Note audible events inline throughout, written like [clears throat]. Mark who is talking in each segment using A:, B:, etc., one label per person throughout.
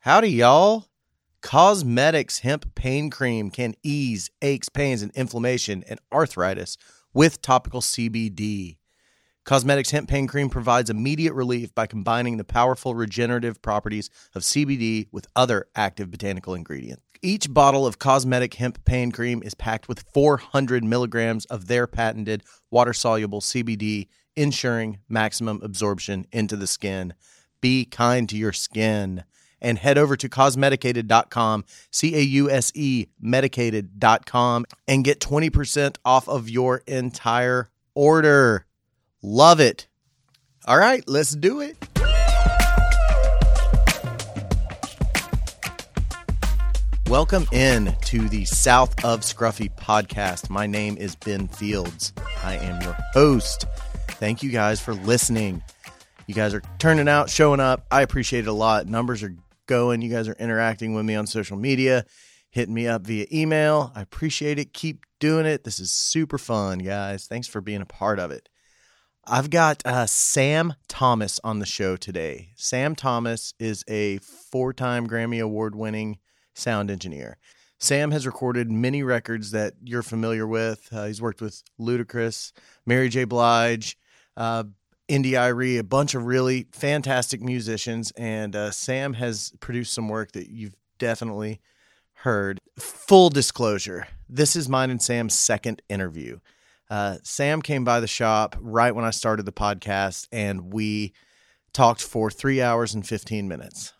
A: Howdy, y'all. Cosmetics Hemp Pain Cream can ease aches, pains, and inflammation and arthritis with topical CBD. Cosmetics Hemp Pain Cream provides immediate relief by combining the powerful regenerative properties of CBD with other active botanical ingredients. Each bottle of Cosmetic Hemp Pain Cream is packed with 400 milligrams of their patented water soluble CBD, ensuring maximum absorption into the skin. Be kind to your skin and head over to cosmedicated.com, C A U S E medicated.com, and get 20% off of your entire order. Love it. All right, let's do it. Welcome in to the South of Scruffy podcast. My name is Ben Fields. I am your host. Thank you guys for listening. You guys are turning out, showing up. I appreciate it a lot. Numbers are going. You guys are interacting with me on social media, hitting me up via email. I appreciate it. Keep doing it. This is super fun, guys. Thanks for being a part of it. I've got uh, Sam Thomas on the show today. Sam Thomas is a four time Grammy Award winning sound engineer. Sam has recorded many records that you're familiar with. Uh, he's worked with Ludacris, Mary J. Blige, uh, Indie Irie, a bunch of really fantastic musicians. And uh, Sam has produced some work that you've definitely heard. Full disclosure this is mine and Sam's second interview. Uh, Sam came by the shop right when I started the podcast, and we talked for three hours and 15 minutes.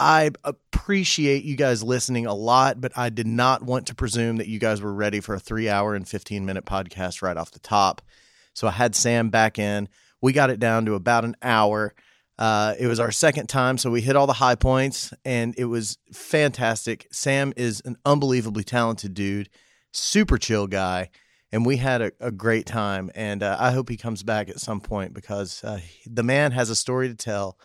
A: I appreciate you guys listening a lot, but I did not want to presume that you guys were ready for a three hour and 15 minute podcast right off the top. So I had Sam back in. We got it down to about an hour. Uh, it was our second time, so we hit all the high points, and it was fantastic. Sam is an unbelievably talented dude, super chill guy, and we had a, a great time. And uh, I hope he comes back at some point because uh, the man has a story to tell.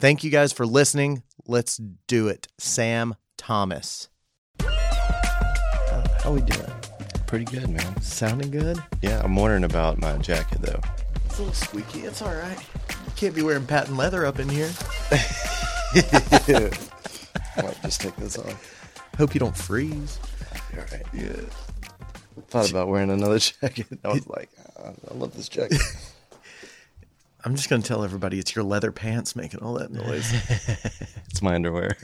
A: Thank you guys for listening. Let's do it, Sam Thomas. How, how we doing?
B: Pretty good, man.
A: Sounding good?
B: Yeah, I'm wondering about my jacket though.
A: It's a little squeaky. It's all right. You can't be wearing patent leather up in here.
B: I might just take this off.
A: Hope you don't freeze.
B: [laughs] All right. Yeah. Thought about wearing another [laughs] jacket. I was like, "Ah, I love this jacket.
A: I'm just going to tell everybody it's your leather pants making all that [laughs] noise.
B: [laughs] It's my underwear.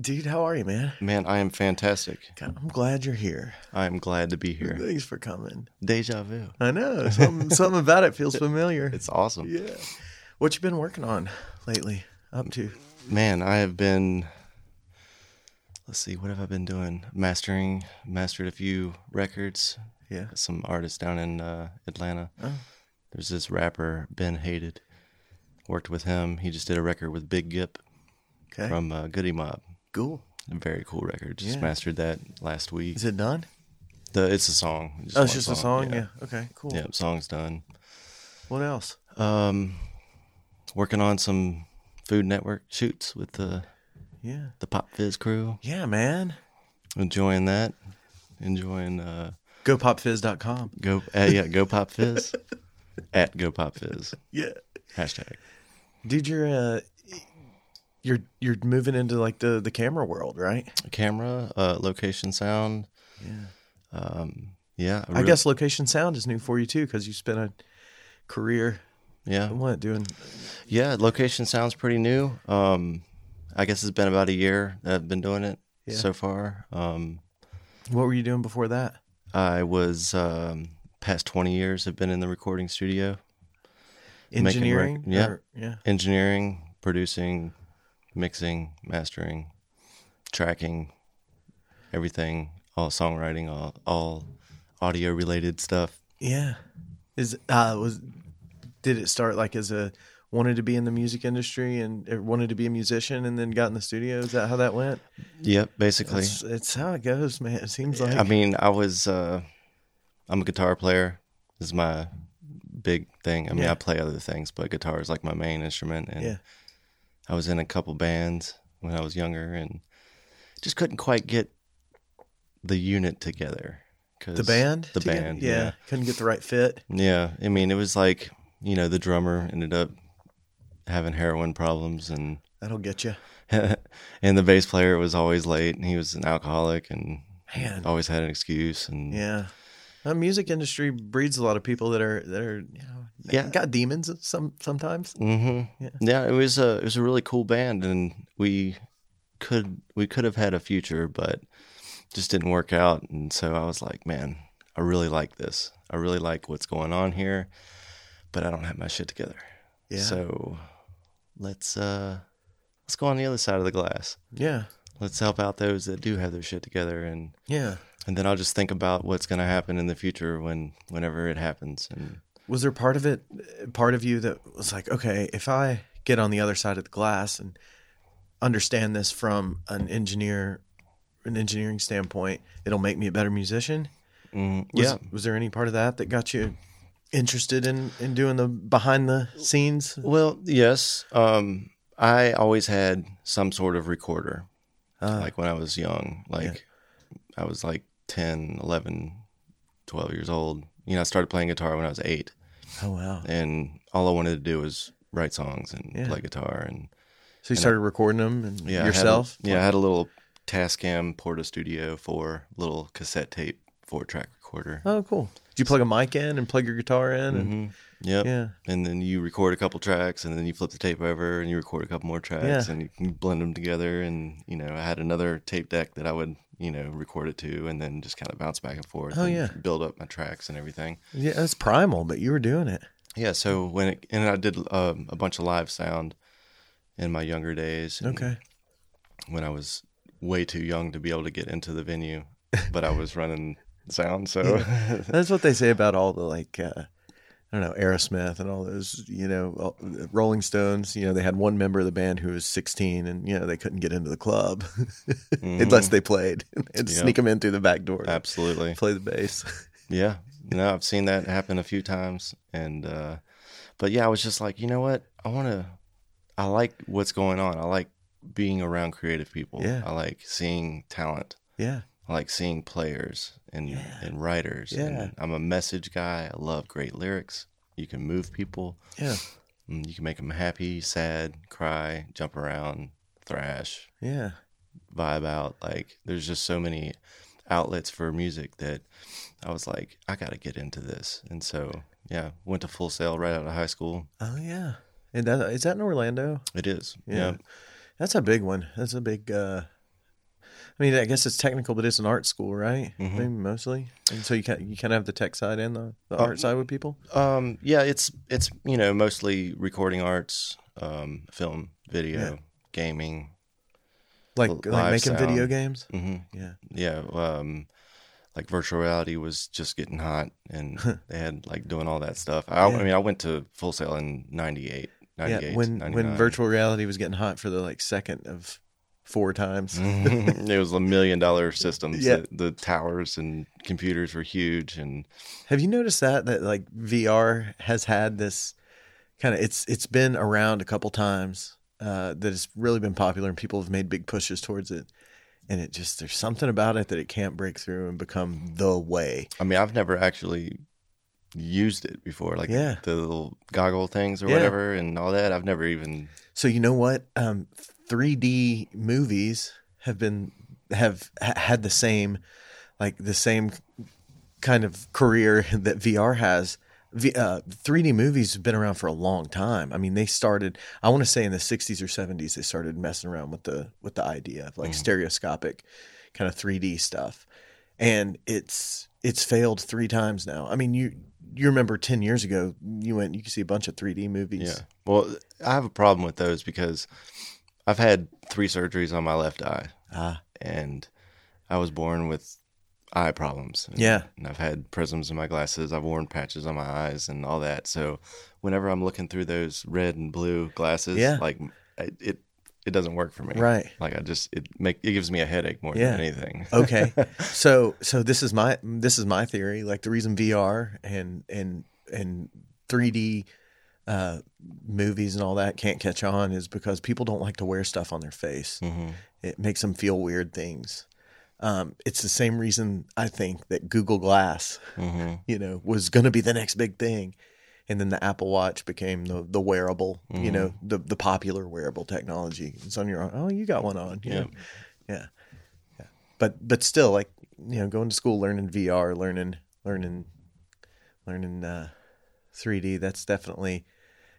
A: Dude, how are you, man?
B: [laughs] man, I am fantastic.
A: God, I'm glad you're here.
B: I am glad to be here.
A: Thanks for coming.
B: Deja vu.
A: I know. [laughs] Something, something about it feels familiar.
B: It's awesome.
A: yeah. What you been working on lately? Up to?
B: Man, I have been. Let's see, what have I been doing? Mastering, mastered a few records.
A: Yeah.
B: Some artists down in uh, Atlanta.
A: Oh.
B: There's this rapper Ben Hated. Worked with him. He just did a record with Big Gip
A: Okay.
B: from uh, Goody Mob.
A: cool.
B: A very cool record. Just
A: Yeah.
B: mastered that last week.
A: Is it done?
B: The, it's a song.
A: Oh,
B: one
A: it's just a song? Yeah. Okay, cool.
B: Yeah. song's done.
A: What else?
B: Um, working on some Food Network shoots with the
A: Yeah.
B: the Pop Fizz crew.
A: Yeah, man.
B: Enjoying that. Enjoying uh,
A: GoPopFizz.com.
B: go uh, yeah go
A: [laughs]
B: Pop Fizz at go Pop Fizz
A: Yeah.
B: hashtag.
A: Dude, you're uh, you're you're moving into like the the camera world, right?
B: Camera uh, location sound.
A: Yeah.
B: Um, yeah,
A: I guess location sound is new for you too because you spent a career
B: yeah.
A: what doing
B: Yeah, location sounds pretty new. Um, I guess it's been about a year that I've been doing it
A: Yeah.
B: so far. Um,
A: what were you doing before that?
B: I was um, past twenty years have been in the recording studio, Making rec-
A: Engineering?
B: yeah.
A: Or- yeah.
B: engineering, producing, mixing, mastering, tracking, everything, all songwriting, all all audio related stuff.
A: Yeah. Is uh was did it start like as a wanted to be in the music industry and or wanted to be a musician and then got in the studio? Is that how that went?
B: Yep, basically.
A: It's, it's how it goes, man. It seems like
B: I mean, I was uh I'm a guitar player. This is my big thing. I mean,
A: Yeah.
B: I play other things, but guitar is like my main instrument and
A: Yeah.
B: I was in a couple bands when I was younger and just couldn't quite get the unit together. 'cause-
A: the band?
B: The
A: together?
B: band.
A: Yeah.
B: Yeah.
A: Couldn't get the right fit.
B: yeah. I mean, it was like, you know, the drummer ended up having heroin problems and [laughs]
A: That'll get you.
B: and the bass player was always late and he was an alcoholic and
A: Man.
B: always had an excuse and
A: Yeah. The music industry breeds a lot of people that are that are you know
B: Yeah.
A: got demons some sometimes.
B: hmm
A: Yeah.
B: Yeah. it was a it was a really cool band, and we could we could have had a future, but just didn't work out. And so I was like, man, I really like this. I really like what's going on here, but I don't have my shit together.
A: Yeah.
B: So let's uh let's go on the other side of the glass.
A: Yeah.
B: Let's help out those that do have their shit together, and
A: Yeah.
B: and then I'll just think about what's gonna happen in the future when whenever it happens. And
A: Was there part of it part of you that was like, okay, if I get on the other side of the glass and understand this from an engineer an engineering standpoint, it'll make me a better musician?
B: mm,
A: Was,
B: yeah,
A: Was there any part of that that got you interested in in doing the behind the scenes?
B: Well, yes. Um, I always had some sort of recorder,
A: Uh,
B: like when I was young. Like I was like 10, 11, 12 years old. You know, I started playing guitar when I was eight,
A: oh wow.
B: and all I wanted to do was write songs and
A: Yeah.
B: play guitar. And
A: So you started recording them and
B: yeah, I had a-
A: yourself?
B: yeah, I had a little Tascam Porta Studio four little cassette tape four track recorder.
A: Oh, cool. Did you plug a mic in and plug your guitar in? And,
B: Mhm. Yep.
A: Yeah.
B: and then you record a couple tracks and then you flip the tape over and you record a couple more tracks
A: Yeah.
B: and you can blend them together and you know i had another tape deck that i would you know record it to and then just kind of bounce back and forth
A: Oh,
B: and
A: yeah.
B: build up my tracks and everything
A: Yeah, that's primal, but you were doing it.
B: yeah so when it and i did um, a bunch of live sound in my younger days and
A: Okay.
B: when i was way too young to be able to get into the venue but i was running
A: [laughs]
B: sound so [laughs]
A: That's what they say about all the like uh I don't know Aerosmith and all those, you know, all- uh, Rolling Stones. You know, they had one member of the band who was 16, and you know they couldn't get into the club [laughs]
B: Mm-hmm.
A: unless they played [laughs] and
B: Yeah.
A: sneak them in through the back door, to
B: Mm-hmm. absolutely
A: play the bass. [laughs]
B: Yeah. No, I've seen that happen a few times. And, uh, but yeah, I was just like, you know what? I want to, I like what's going on. I like being around creative people.
A: Yeah.
B: I like seeing talent.
A: yeah,
B: I like seeing players and,
A: Yeah.
B: and writers.
A: Yeah.
B: And I'm a message guy. I love great lyrics. You can move people.
A: yeah,
B: Mm, You can make them happy, sad, cry, jump around, thrash,
A: yeah,
B: vibe out. Like there's just so many outlets for music that I was like, I gotta get into this. And so yeah, went to full sale right out of high school.
A: oh yeah. And that is that in Orlando?
B: It is.
A: Yeah.
B: Yeah.
A: That's a big one. That's a big. uh I mean, I guess it's technical, but it's an art school, right?
B: Mhm.
A: Maybe mostly, and so you can you kind of have the tech side and the, the
B: Uh,
A: art side with people.
B: Um yeah, it's it's you know, mostly recording arts, um, film, video,
A: Yeah.
B: gaming.
A: like,
B: l-
A: like
B: live
A: making video
B: sound.
A: games.
B: hmm
A: Yeah.
B: Yeah. Um like virtual reality was just getting hot
A: [laughs]
B: and they had like doing all that stuff. I,
A: Yeah.
B: I mean I went to full sale in 98, 98
A: Yeah, when when
B: 99.
A: virtual reality was getting hot for the like second of four times.
B: it was a million dollar systems.
A: Mm-hmm. Yeah.
B: The, the towers and computers were huge, and
A: Have you noticed that that like VR has had this kind of it's it's been around a couple times uh, that it's really been popular and people have made big pushes towards it, and it just there's something about it that it can't break through and become the way.
B: I mean, I've never actually used it before, like
A: Yeah.
B: the little goggle things or
A: Yeah.
B: whatever, and all that. I've never even
A: So you know what? Um, 3D movies have been have ha- had the same like the same kind of career [laughs] that VR has. V, uh, 3D movies have been around for a long time. I mean, they started. I want to say in the 60s or 70s they started messing around with the with the idea of like
B: Mhm.
A: stereoscopic kind of 3D stuff, and it's it's failed three times now. I mean, you you remember 10 years ago you went you could see a bunch of 3D movies.
B: Yeah. Well, I have a problem with those because I've had three surgeries on my left eye,
A: Ah.
B: and I was born with eye problems. And,
A: Yeah.
B: And I've had prisms in my glasses. I've worn patches on my eyes and all that. So whenever I'm looking through those red and blue glasses,
A: Yeah.
B: like it, it, it doesn't work for me.
A: Right.
B: Like I just it make it gives me a headache more
A: Yeah. Uh,
B: than anything.
A: okay so so this is my this is my theory like the reason vr and and and 3d uh, movies and all that can't catch on is because people don't like to wear stuff on their face
B: hmm
A: it makes them feel weird things um, it's the same reason i think that google glass
B: hmm
A: you know was going to be the next big thing and then the Apple Watch became the the wearable, you
B: Mhm.
A: know, the the popular wearable technology. It's on your own. Oh, you got one on. you
B: Yeah.
A: know? yeah, yeah. But but still, like you know, going to school, learning VR, learning learning learning uh, 3D. That's definitely.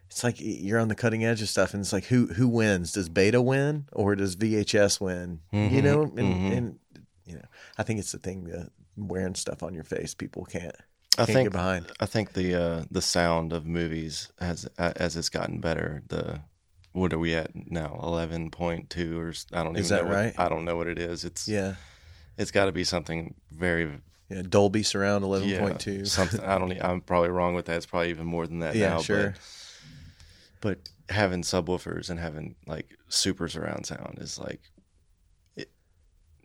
A: It's like you're on the cutting edge of stuff, and it's like who who wins? Does Beta win or does VHS win? You
B: Mhm,
A: know, and,
B: mhm.
A: and you know, I think it's the thing that wearing stuff on your face, people can't
B: I
A: can't
B: think
A: get behind.
B: I think the uh, the sound of movies has a- as it's gotten better. The what are we at now? Eleven point two or s- I don't even
A: Is that
B: know. what-
A: right?
B: I don't know what it is. It's
A: Yeah,
B: it's got to be something very
A: yeah. Dolby Surround
B: yeah,
A: 11.2.
B: something. I don't. e- I'm probably wrong with that. It's probably even more than that
A: Yeah,
B: now. but-
A: sure.
B: But, having subwoofers and having like super surround sound is like it.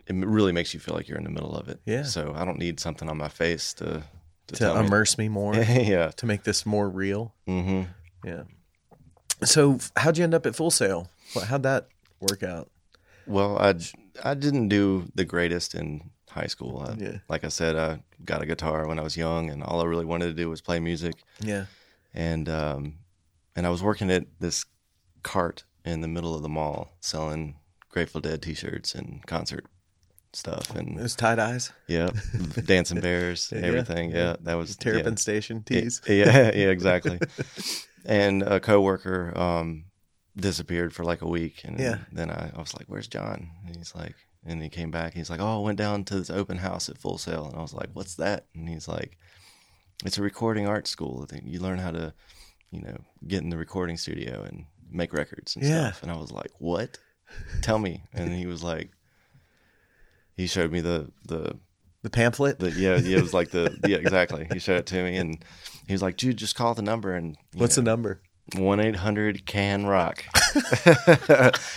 B: It really makes you feel like you're in the middle of it.
A: Yeah.
B: So I don't need something on my face to to,
A: to
B: tell [laughs]
A: immerse me more,
B: Me. yeah.
A: to make this more real.
B: Mm-hmm.
A: Yeah. So f- how'd you end up at Full Sail? Wha- How'd that work out?
B: Well, I I didn't do the greatest in high school. I,
A: Yeah.
B: Like I said, I got a guitar when I was young, and all I really wanted to do was play music.
A: Yeah.
B: And um, and I was working at this cart in the middle of the mall selling Grateful Dead T-shirts and concert stuff,
A: It
B: and
A: was tie dyes,
B: yeah, dancing bears,
A: Yeah,
B: everything. Yeah, that was yeah.
A: Terrapin Station tees.
B: Yeah,
A: [laughs]
B: yeah, exactly. and a coworker um, disappeared for like a week, and
A: Yeah.
B: then I, I was like, "Where's John?" And he's like, and he came back. He's like, "Oh, I went down to this open house at Full Sail," and I was like, "What's that?" And he's like, "It's a recording art school. I think You learn how to, you know, get in the recording studio and make records and
A: Yeah.
B: stuff." And I was like, "What? Tell me." And he was like. He showed me the, the
A: The pamphlet.
B: the, yeah, yeah, it was like the yeah, exactly. He showed it to me, and he was like, "Dude, just call the number and
A: What's the
B: [laughs]
A: number?
B: one eight hundred Can Rock."
A: [laughs]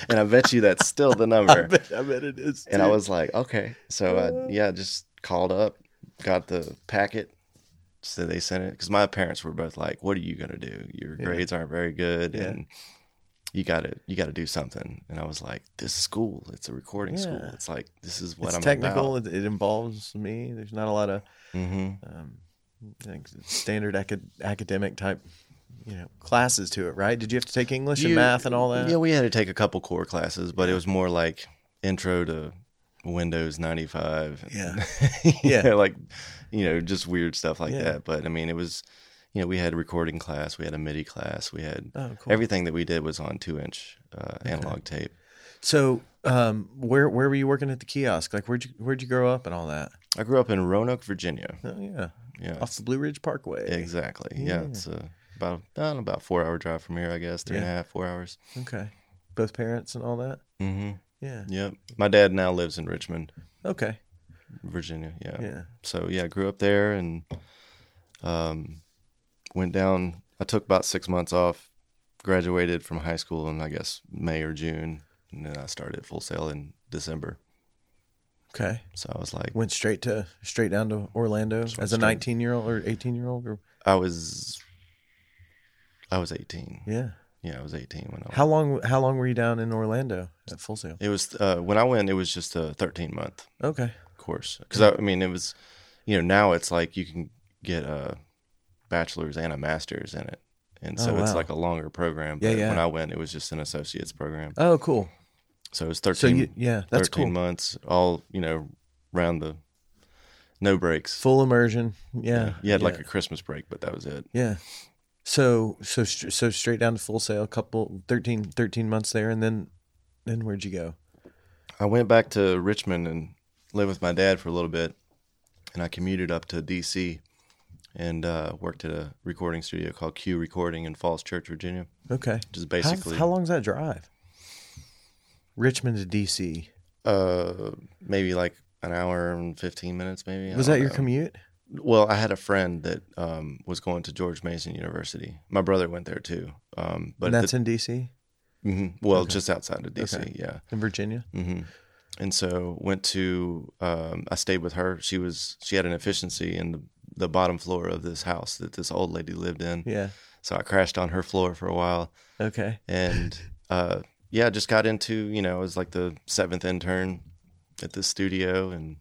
B: and I bet you that's still the
A: I
B: number.
A: bet, Uh. I bet it is.
B: And I
A: dude.
B: was like, "Okay." So I, yeah, just called up, got the packet. So they sent it because my parents were both like, "What are you gonna do? Your
A: Yeah.
B: grades aren't very good,
A: Yeah.
B: and you got to you got to do something." And I was like, "This is school. It's a recording school.
A: Yeah.
B: It's like this is what
A: it's
B: I'm
A: technical.
B: about."
A: It, it involves me. There's not a lot of
B: hmm
A: um, like standard acad- academic type, you know, classes to it, right? Did you have to take English and
B: You-
A: math and all that?
B: Yeah, we had to take a couple core classes, but it was more like intro to Windows 95. [laughs]
A: Yeah. Yeah.
B: yeah. Like, you know, just weird stuff like
A: Yeah.
B: that. But I mean, it was, you know, we had a recording class, we had a MIDI class, we had
A: Oh, cool.
B: everything that we did was on two inch uh, analog tape.
A: so, um, where where were you working at the kiosk? Like, where'd you where'd you grow up and all that?
B: I grew up in Roanoke, Virginia.
A: Oh yeah,
B: Yeah.
A: off the Blue Ridge Parkway.
B: Exactly. Yeah.
A: Yeah.
B: It's uh, about, I don't know, about four hour drive from here, I guess, three and a
A: Yeah.
B: half, four hours.
A: Okay, both parents and all that.
B: Mm-hmm.
A: Yeah.
B: Yep. My dad now lives in Richmond,
A: Okay.
B: Virginia.
A: Yeah.
B: so yeah, I grew up there and um, went down. I took about six months off, graduated from high school in I guess May or June, and then I started Full Sail in December.
A: Okay.
B: So I was like,
A: Went straight to straight down to Orlando
B: Just went
A: as a
B: straight.
A: 19 year old or 18 year old. Or
B: I was, I was eighteen.
A: yeah.
B: Yeah, I was eighteen when I.
A: How long how long were you down in Orlando at Full Sail?
B: it was uh, when I went. It was just a thirteen month
A: Okay.
B: course because I, I mean it was, you know, now it's like you can get a bachelor's and a master's in it. And so
A: Oh,
B: it's
A: wow.
B: like a longer program.
A: Yeah,
B: but
A: yeah.
B: When I went, it was just an associate's program.
A: Oh, cool.
B: So it was 13,
A: So you, yeah, that's
B: 13
A: cool.
B: months, all, you know, round the no breaks.
A: Full immersion. Yeah.
B: You had
A: yeah.
B: like a Christmas break, but that was it.
A: Yeah. So so str- so straight down to Full Sail, couple 13, 13 months there, and then then where'd you go?
B: I went back to Richmond and lived with my dad for a little bit. And I commuted up to DC and uh, worked at a recording studio called Q Recording in Falls Church, Virginia,
A: Okay.
B: which is
A: How,
B: basically
A: how long's that drive? Richmond to DC.
B: Uh, maybe like an hour and 15 minutes, maybe. I
A: Was
B: don't
A: that your
B: know.
A: commute?
B: Well, I had a friend that um, was going to George Mason University. My brother went there too. Um, but
A: and
B: the-
A: that's in DC,
B: Mhm. Well, just outside of DC,
A: Okay.
B: yeah.
A: in Virginia.
B: hmm And so went to. Um, I stayed with her. She was she had an efficiency in the, the bottom floor of this house that this old lady lived in.
A: Yeah.
B: So I crashed on her floor for a while,
A: Okay.
B: and uh, yeah, just got into you know I was like the seventh intern at this studio, and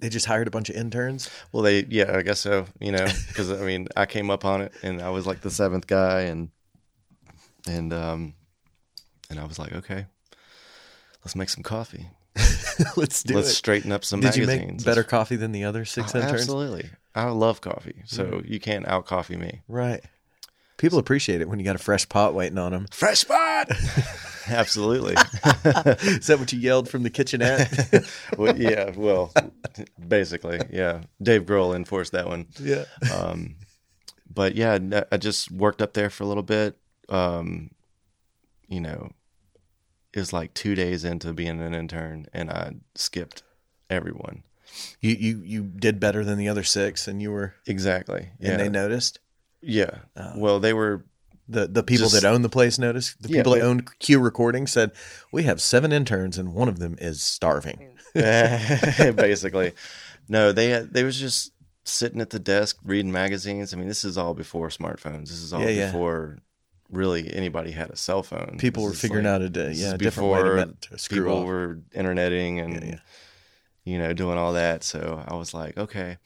A: They just hired a bunch of interns. [laughs]
B: Well, they yeah, I guess so. You know, because I mean, I came up on it and I was like the seventh guy, and and um, and I was like, okay, let's make some coffee.
A: Let's do
B: let's
A: it.
B: straighten up some
A: Did you
B: magazines.
A: make
B: Let's-
A: better coffee than Hmm. the other six
B: Oh,
A: interns?
B: Absolutely, I love coffee, so you can't out
A: [laughs]
B: coffee me.
A: Right. People appreciate it when you got a fresh pot waiting on them.
B: Fresh spot.
A: [laughs]
B: absolutely.
A: Is that what you yelled from the kitchenette?
B: [laughs] well, yeah. Well, basically, yeah. Dave Grohl enforced that one.
A: yeah.
B: um, but yeah, n- I just worked up there for a little bit. Um, you know, it was like two days into being an intern, and I skipped everyone.
A: You you you did better than the other six, and you were
B: Exactly. Yeah.
A: and they noticed.
B: yeah.
A: Oh.
B: well, they were. [laughs]
A: The the people
B: Just-
A: that own the place noticed. The
B: Yeah,
A: people that
B: they-
A: owned Q Recording said, "We have seven interns, and one of them is starving."
B: basically no they they was just sitting at the desk reading magazines i mean this is all before smartphones this is all
A: Yeah, yeah.
B: before really anybody had a cell phone
A: People
B: This
A: were
B: is
A: figuring
B: like-
A: out a di-
B: this
A: yeah
B: is
A: a different way to,
B: before
A: met- to screw
B: people
A: off.
B: were interneting and
A: Yeah, yeah.
B: you know doing all that so i was like okay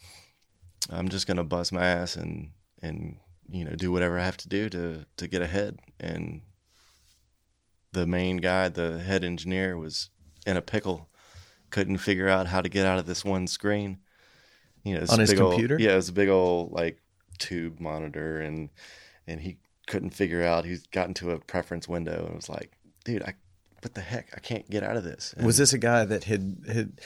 B: i'm just gonna bust my ass and and you know do whatever i have to do to to get ahead and the main guy the head engineer was in a pickle couldn't figure out how to get out of this one screen you know this
A: On his
B: big
A: computer?
B: old, yeah it was a big old like tube monitor and and he couldn't figure out he's got into a preference window and was like dude i what the heck i can't get out of this And
A: Was this a guy that had had?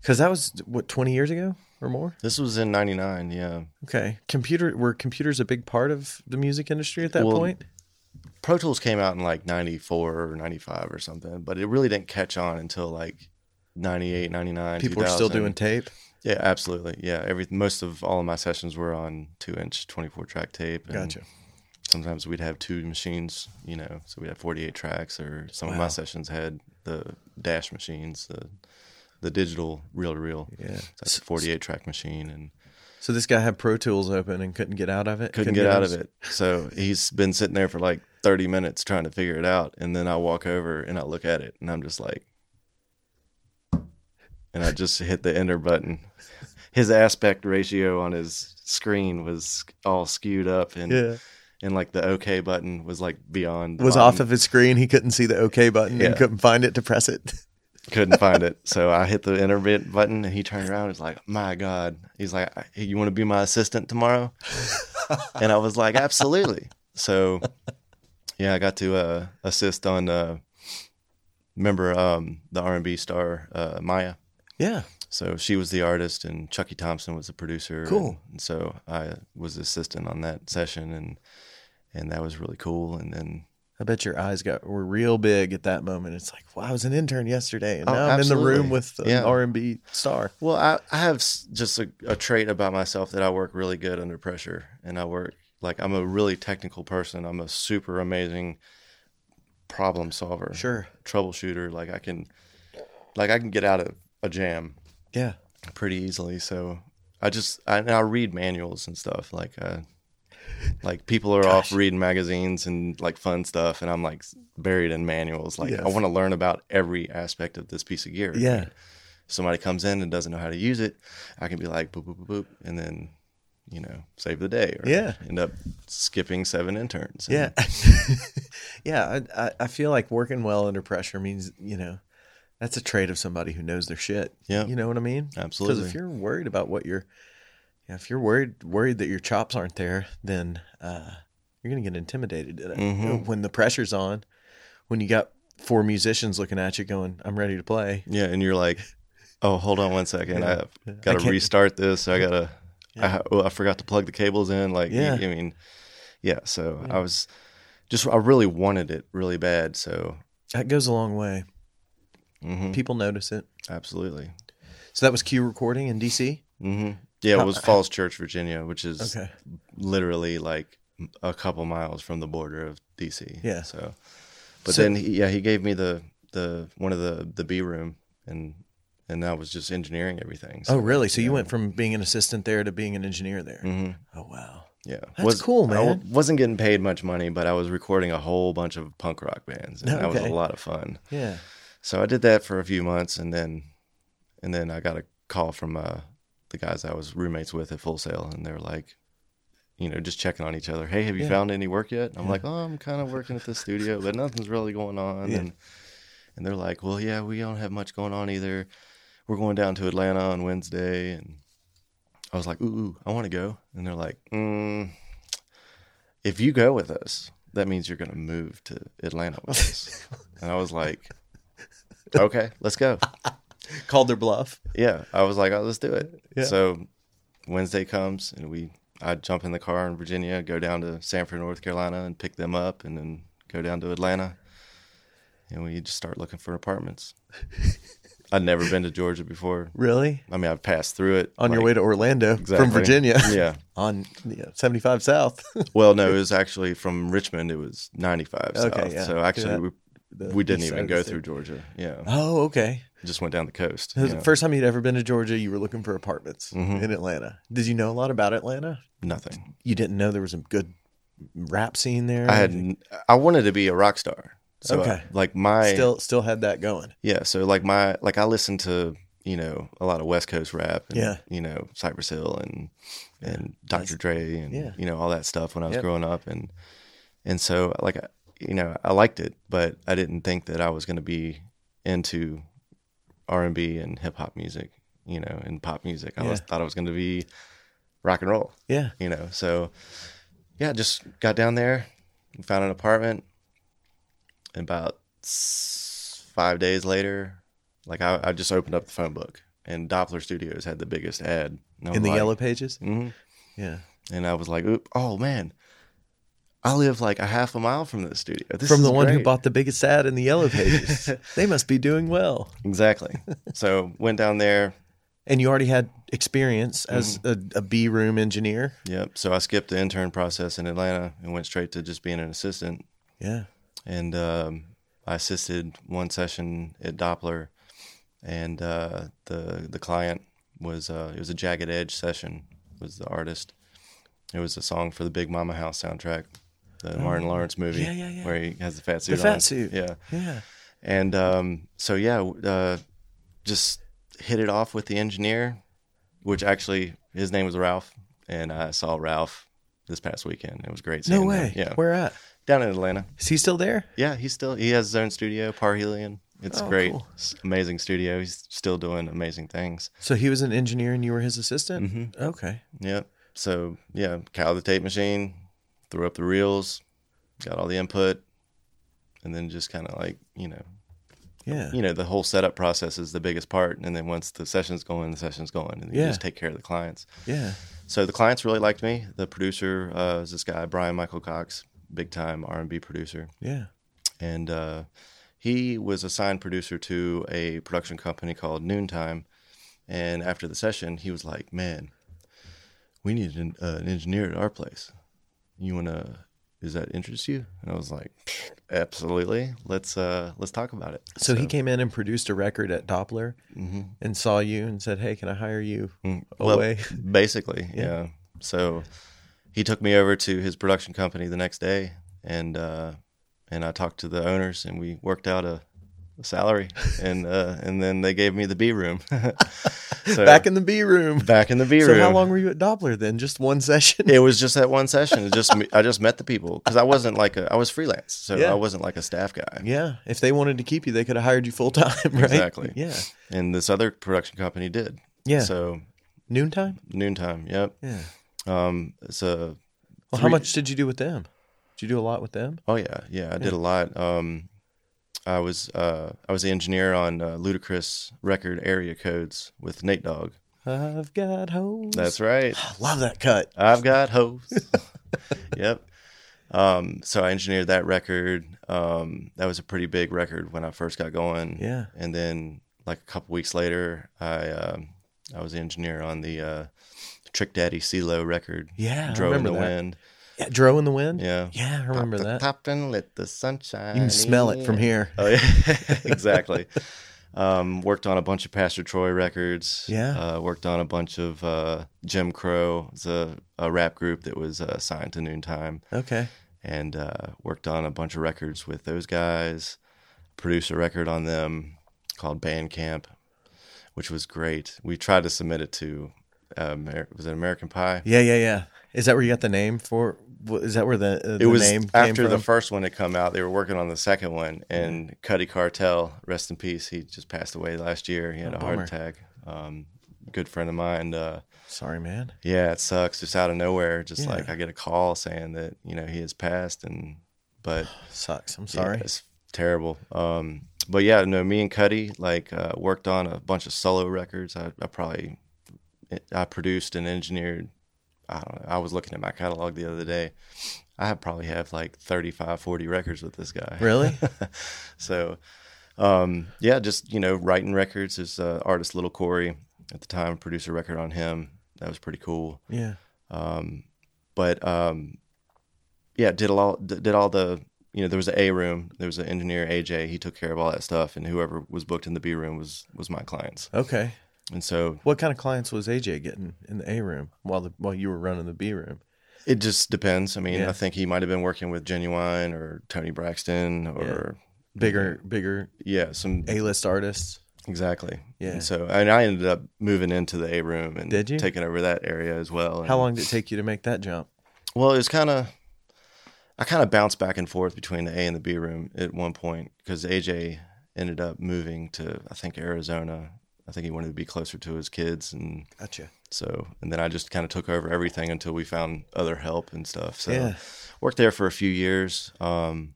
A: Because that was what twenty years ago or more.
B: this was in 99 yeah
A: Okay, computer were computers a big part of the music industry at that
B: Well,
A: point?
B: Pro Tools came out in like 94 or 95 or something, but it really didn't catch on until like 98, 99.
A: People were still
B: 2000.
A: doing tape.
B: Yeah, absolutely. Yeah. Every, most of all of my sessions were on two inch, 24 track tape. and
A: Gotcha.
B: Sometimes we'd have two machines, you know, so we'd have 48 tracks, or some of
A: Wow.
B: my sessions had the dash machines, the, the digital reel to reel.
A: Yeah.
B: That's a 48 track machine. And
A: So this guy had Pro Tools open and couldn't get out of it. [laughs]
B: couldn't get out of it. So he's been sitting there for like 30 minutes trying to figure it out. And then I walk over and I look at it and I'm just like, and I just hit the enter button. His aspect ratio on his screen was all skewed up and,
A: Yeah.
B: and like the OK button was like beyond. the
A: Was
B: bottom.
A: off of his screen. He couldn't see the OK button
B: Um, Yeah.
A: and couldn't find it to press it.
B: couldn't find it. So I hit the enter bit button and he turned around. He's like, my God. He's like, "I- you want to be my assistant tomorrow? And I was like, absolutely. So yeah, I got to uh, assist on, uh, remember um, the R&B star uh, Maya.
A: Yeah.
B: So she was the artist and Chucky Thompson was the producer.
A: Cool.
B: And so I was the assistant on that session and, and that was really cool. And then
A: I bet your eyes got were real big at that moment. It's like, wow, I was an intern yesterday, and
B: Oh,
A: now I'm in the room
B: absolutely.
A: with an
B: Yeah.
A: R and B star.
B: Well, I, I have s- just a, a trait about myself that I work really good under pressure, and I work like I'm a really technical person. I'm a super amazing problem solver,
A: Sure.
B: troubleshooter. Like I can, like I can get out of a jam
A: Yeah.
B: pretty easily. So I just I, and I read manuals and stuff. Like uh, like people are off reading magazines and like fun stuff, and I'm like buried in manuals. Like
A: Yes.
B: I want to learn about every aspect of this piece of gear
A: Yeah.
B: somebody comes in and doesn't know how to use it, I can be like boop boop boop, boop and then you know save the day. Or
A: Yeah.
B: end up skipping seven interns. and-
A: Yeah. [laughs] yeah. I, I, I feel like working well under pressure means, you know, that's a trait of somebody who knows their shit.
B: Yeah.
A: You know what I mean? Because
B: Oh. Absolutely.
A: if you're worried about what you're, yeah, if you're worried, worried that your chops aren't there, then uh, you're going to get intimidated at it.
B: Mhm.
A: when the pressure's on, when you got four musicians looking at you going, I'm ready to play.
B: yeah, and you're like, oh, hold on one second,
A: Yeah. I
B: I've got to
A: can't-
B: restart this. I gotta,
A: Yeah.
B: I, oh, I forgot to plug the cables in. Like,
A: Yeah.
B: I mean, yeah. So I was just, I really wanted it really bad. So
A: That goes a long way.
B: Mm-hmm. mhm,
A: People notice it.
B: absolutely.
A: So that was Q recording in DC.
B: hmm Yeah,
A: How-
B: it was Falls Church, Virginia, which is
A: Okay.
B: literally like a couple miles from the border of DC.
A: Yeah.
B: So, but
A: So-
B: then he, yeah, he gave me the the one of the the B room and and that was just engineering everything.
A: Oh, really? So you went from being an assistant there to being an engineer there.
B: hmm
A: Oh, wow.
B: Yeah,
A: That's cool,
B: I w-
A: man.
B: wasn't getting paid much money, but I was recording a whole bunch of punk rock bands, and
A: No,
B: that was
A: okay.
B: a lot of fun. [laughs]
A: Yeah.
B: So I did that for a few months, and then and then I got a call from uh, the guys I was roommates with at Full Sail, and they were like, you know, just checking on each other. Hey, have you
A: Yeah.
B: found any work yet? And I'm
A: Yeah.
B: like, oh, I'm kind of working at this studio, but nothing's really going on.
A: Yeah.
B: And and they're like, well, yeah, we don't have much going on either. We're going down to Atlanta on Wednesday, and I was like, ooh, ooh I want to go. And they're like, mm, if you go with us, that means you're going to move to Atlanta
A: [laughs]
B: with us. and I was like, okay, let's go.
A: Called their bluff.
B: Yeah, I was like, oh, let's do it.
A: Yeah.
B: So Wednesday comes, and we I jump in the car in Virginia, go down to Sanford, North Carolina, and pick them up, and then go down to Atlanta, and we just start looking
A: [laughs]
B: for apartments. I'd never been to Georgia before.
A: Really?
B: I mean, I've passed through it
A: On your
B: like-
A: way to Orlando
B: Exactly.
A: from
B: [laughs]
A: Virginia [laughs]
B: Yeah.
A: on yeah, 75 South. [laughs]
B: Well, no, it was actually from Richmond. It was 95
A: Okay,
B: south.
A: yeah.
B: So
A: Through
B: actually,
A: that-
B: we,
A: The
B: we didn't
A: east side
B: even
A: of the
B: go
A: state.
B: through Georgia. Yeah,
A: Oh, okay.
B: just went down the coast.
A: It was
B: yeah.
A: The first time you'd ever been to Georgia, you were looking for apartments
B: Mhm.
A: in Atlanta. Did you know a lot about Atlanta?
B: Nothing.
A: You didn't know there was a good rap scene there.
B: I had. n- I wanted to be a rock star. So
A: Okay.
B: like my
A: still still had that going.
B: Yeah, so like my like I listen to you know a lot of West Coast rap, and,
A: Yeah.
B: you know Cypress Hill and
A: Yeah.
B: and Dr. Dre and
A: Yeah.
B: you know all that stuff when I was
A: Yep.
B: growing up, and and so like I, you know I liked it, but I didn't think that I was going to be into R and B and hip hop music, you know, and pop music. I was,
A: Yeah.
B: thought I was going to be rock and roll,
A: Yeah.
B: you know. So yeah, just got down there, and found an apartment. About s- five days later, like I, I just opened up the phone book, and Doppler Studios had the biggest ad And I'm
A: in the
B: like-
A: yellow pages.
B: Mhm.
A: Yeah.
B: And I was like, Oop, "Oh man, I live like a half a mile from this studio. This
A: From
B: is
A: the one who
B: great."
A: bought the biggest ad in the
B: [laughs]
A: yellow pages. they must be doing well. [laughs]
B: exactly." so went down there.
A: And you already had experience as
B: Mm-hmm.
A: a, a B room engineer.
B: Yep. So I skipped the intern process in Atlanta and went straight to just being an assistant.
A: Yeah.
B: and um, I assisted one session at Doppler, and uh, the the client was uh, it was a Jagged Edge session was the artist. It was a song for the Big Mama House soundtrack, the Martin Lawrence movie,
A: Oh. Yeah, yeah, yeah.
B: where he has the fat suit.
A: fat
B: on.
A: suit.
B: yeah.
A: Yeah.
B: And um, so yeah, uh, just hit it off with the engineer, which actually his name was Ralph, and I saw Ralph this past weekend. It was great.
A: No
B: seeing him.
A: way.
B: Yeah,
A: Where at?
B: down in Atlanta.
A: Is he still there?
B: Yeah, he's still he has his own studio, Parhelion. It's
A: Oh,
B: great,
A: cool.
B: It's amazing studio. He's still doing amazing things.
A: So he was an engineer and you were his assistant?
B: hmm
A: Okay.
B: Yep. So yeah, cow the tape machine, threw up the reels, got all the input, and then just kind of like you know,
A: Yeah.
B: you know, the whole setup process is the biggest part. And then once the session's going, the session's going, and you
A: Yeah.
B: just take care of the clients.
A: Yeah.
B: So the clients really liked me. The producer uh, is this guy Brian Michael Cox, big time R and B producer.
A: Yeah.
B: and uh, he was assigned producer to a production company called Noontime. And after the session, he was like, "Man, we need an, uh, an engineer at our place. You wanna? Is that interest you?" And I was like, "Absolutely. Let's uh, let's talk about it."
A: So, he came in and produced a record at Doppler
B: Mhm.
A: and saw you and said, Hey, can I hire you
B: Mm,
A: away?
B: basically
A: Yeah.
B: yeah. so he took me over to his production company the next day and uh and i talked to the owners and we worked out a,
A: [laughs]
B: a salary and uh and then they gave me the b room [laughs] so
A: Back in the B room.
B: back in the b
A: So
B: room
A: how long were you at Doppler then? Just one [laughs] session?
B: it was just that one session. It just me- I just met the people because I wasn't like a I was freelance, so
A: Yeah.
B: I wasn't like a staff guy.
A: Yeah. If they wanted to keep you, they could have hired you full time, [laughs] right?
B: Exactly.
A: Yeah.
B: And this other production company did.
A: Yeah.
B: So
A: Noontime?
B: noontime. Yep.
A: Yeah.
B: Um. So
A: Well, how
B: Three-
A: much did you do with them? Did you do a lot with them?
B: Oh yeah, yeah, I did a lot. Um, I was uh, I was the engineer on uh, Ludacris record area codes with Nate Dogg.
A: I've got hoes. [laughs]
B: That's right.
A: [sighs] I love that cut.
B: I've got hoes. [laughs] yep. Um, so I engineered that record. Um, that was a pretty big record when I first got going.
A: Yeah.
B: And then like a couple weeks later, I um, I was the engineer on the uh, Trick Daddy CeeLo record.
A: Yeah, I
B: Drove in
A: remember
B: the
A: that.
B: wind.
A: Yeah, Dro in the wind.
B: Yeah.
A: Yeah, I remember
B: Pop the
A: that.
B: Top and let the sunshine.
A: you can smell it from
B: in.
A: here.
B: [laughs] Oh yeah, exactly. um, worked on a bunch of Pastor Troy records.
A: Yeah.
B: Uh, worked on a bunch of uh, Jim Crow. It's a, a rap group that was uh, signed to Noontime,
A: Okay.
B: and uh, worked on a bunch of records with those guys. Produced a record on them called Bandcamp, which was great. We tried to submit it to um, Amer- was it American Pie?
A: Yeah, yeah, yeah. Is that where you got the name for? wh- Is that where the, uh, the
B: it was
A: name
B: after
A: came
B: the
A: from?
B: first one had come out. They were working on the second one, and Cuddy Cartel, rest in peace. He just passed away last year. He had a heart
A: Oh, bummer.
B: attack. Um, good friend of mine. Uh,
A: Sorry, man.
B: yeah, it sucks. Just out of nowhere, just
A: Yeah.
B: like I get a call saying that you know he has passed, and but
A: Sucks. I'm
B: yeah,
A: sorry.
B: [laughs] it's terrible. Um, but yeah, no, me and Cuddy like uh, worked on a bunch of solo records. I, I probably I produced and engineered. I don't know. I was looking at my catalog the other day. I probably have like 35, 40 records with this guy.
A: Really?
B: So, um, yeah, just you know, writing records. There's uh, artist Little Corey at the time produced a record on him. That was pretty cool
A: yeah.
B: but um, yeah, did a lot, d- did all the you know there was an A room, there was an engineer AJ, he took care of all that stuff, and whoever was booked in the B room was was my clients,
A: Okay.
B: and so
A: What kind of clients was AJ getting in the A room while the while you were running the B room?
B: it just depends. I mean,
A: Yeah.
B: I think he might have been working with Genuine or Tony Braxton or
A: Bigger, bigger
B: yeah, some
A: A list artists.
B: exactly.
A: Yeah.
B: And so and I ended up moving into the A room and
A: Did you?
B: taking over that area as well.
A: How
B: And-
A: long did it take you to make that jump?
B: Well, it was kind of. I kind of bounced back and forth between the A and the B room at one point because AJ ended up moving to I think Arizona. I think he wanted to be closer to his kids, and
A: Gotcha.
B: so and then I just kind of took over everything until we found other help and stuff. So
A: Yeah.
B: worked there for a few years, um,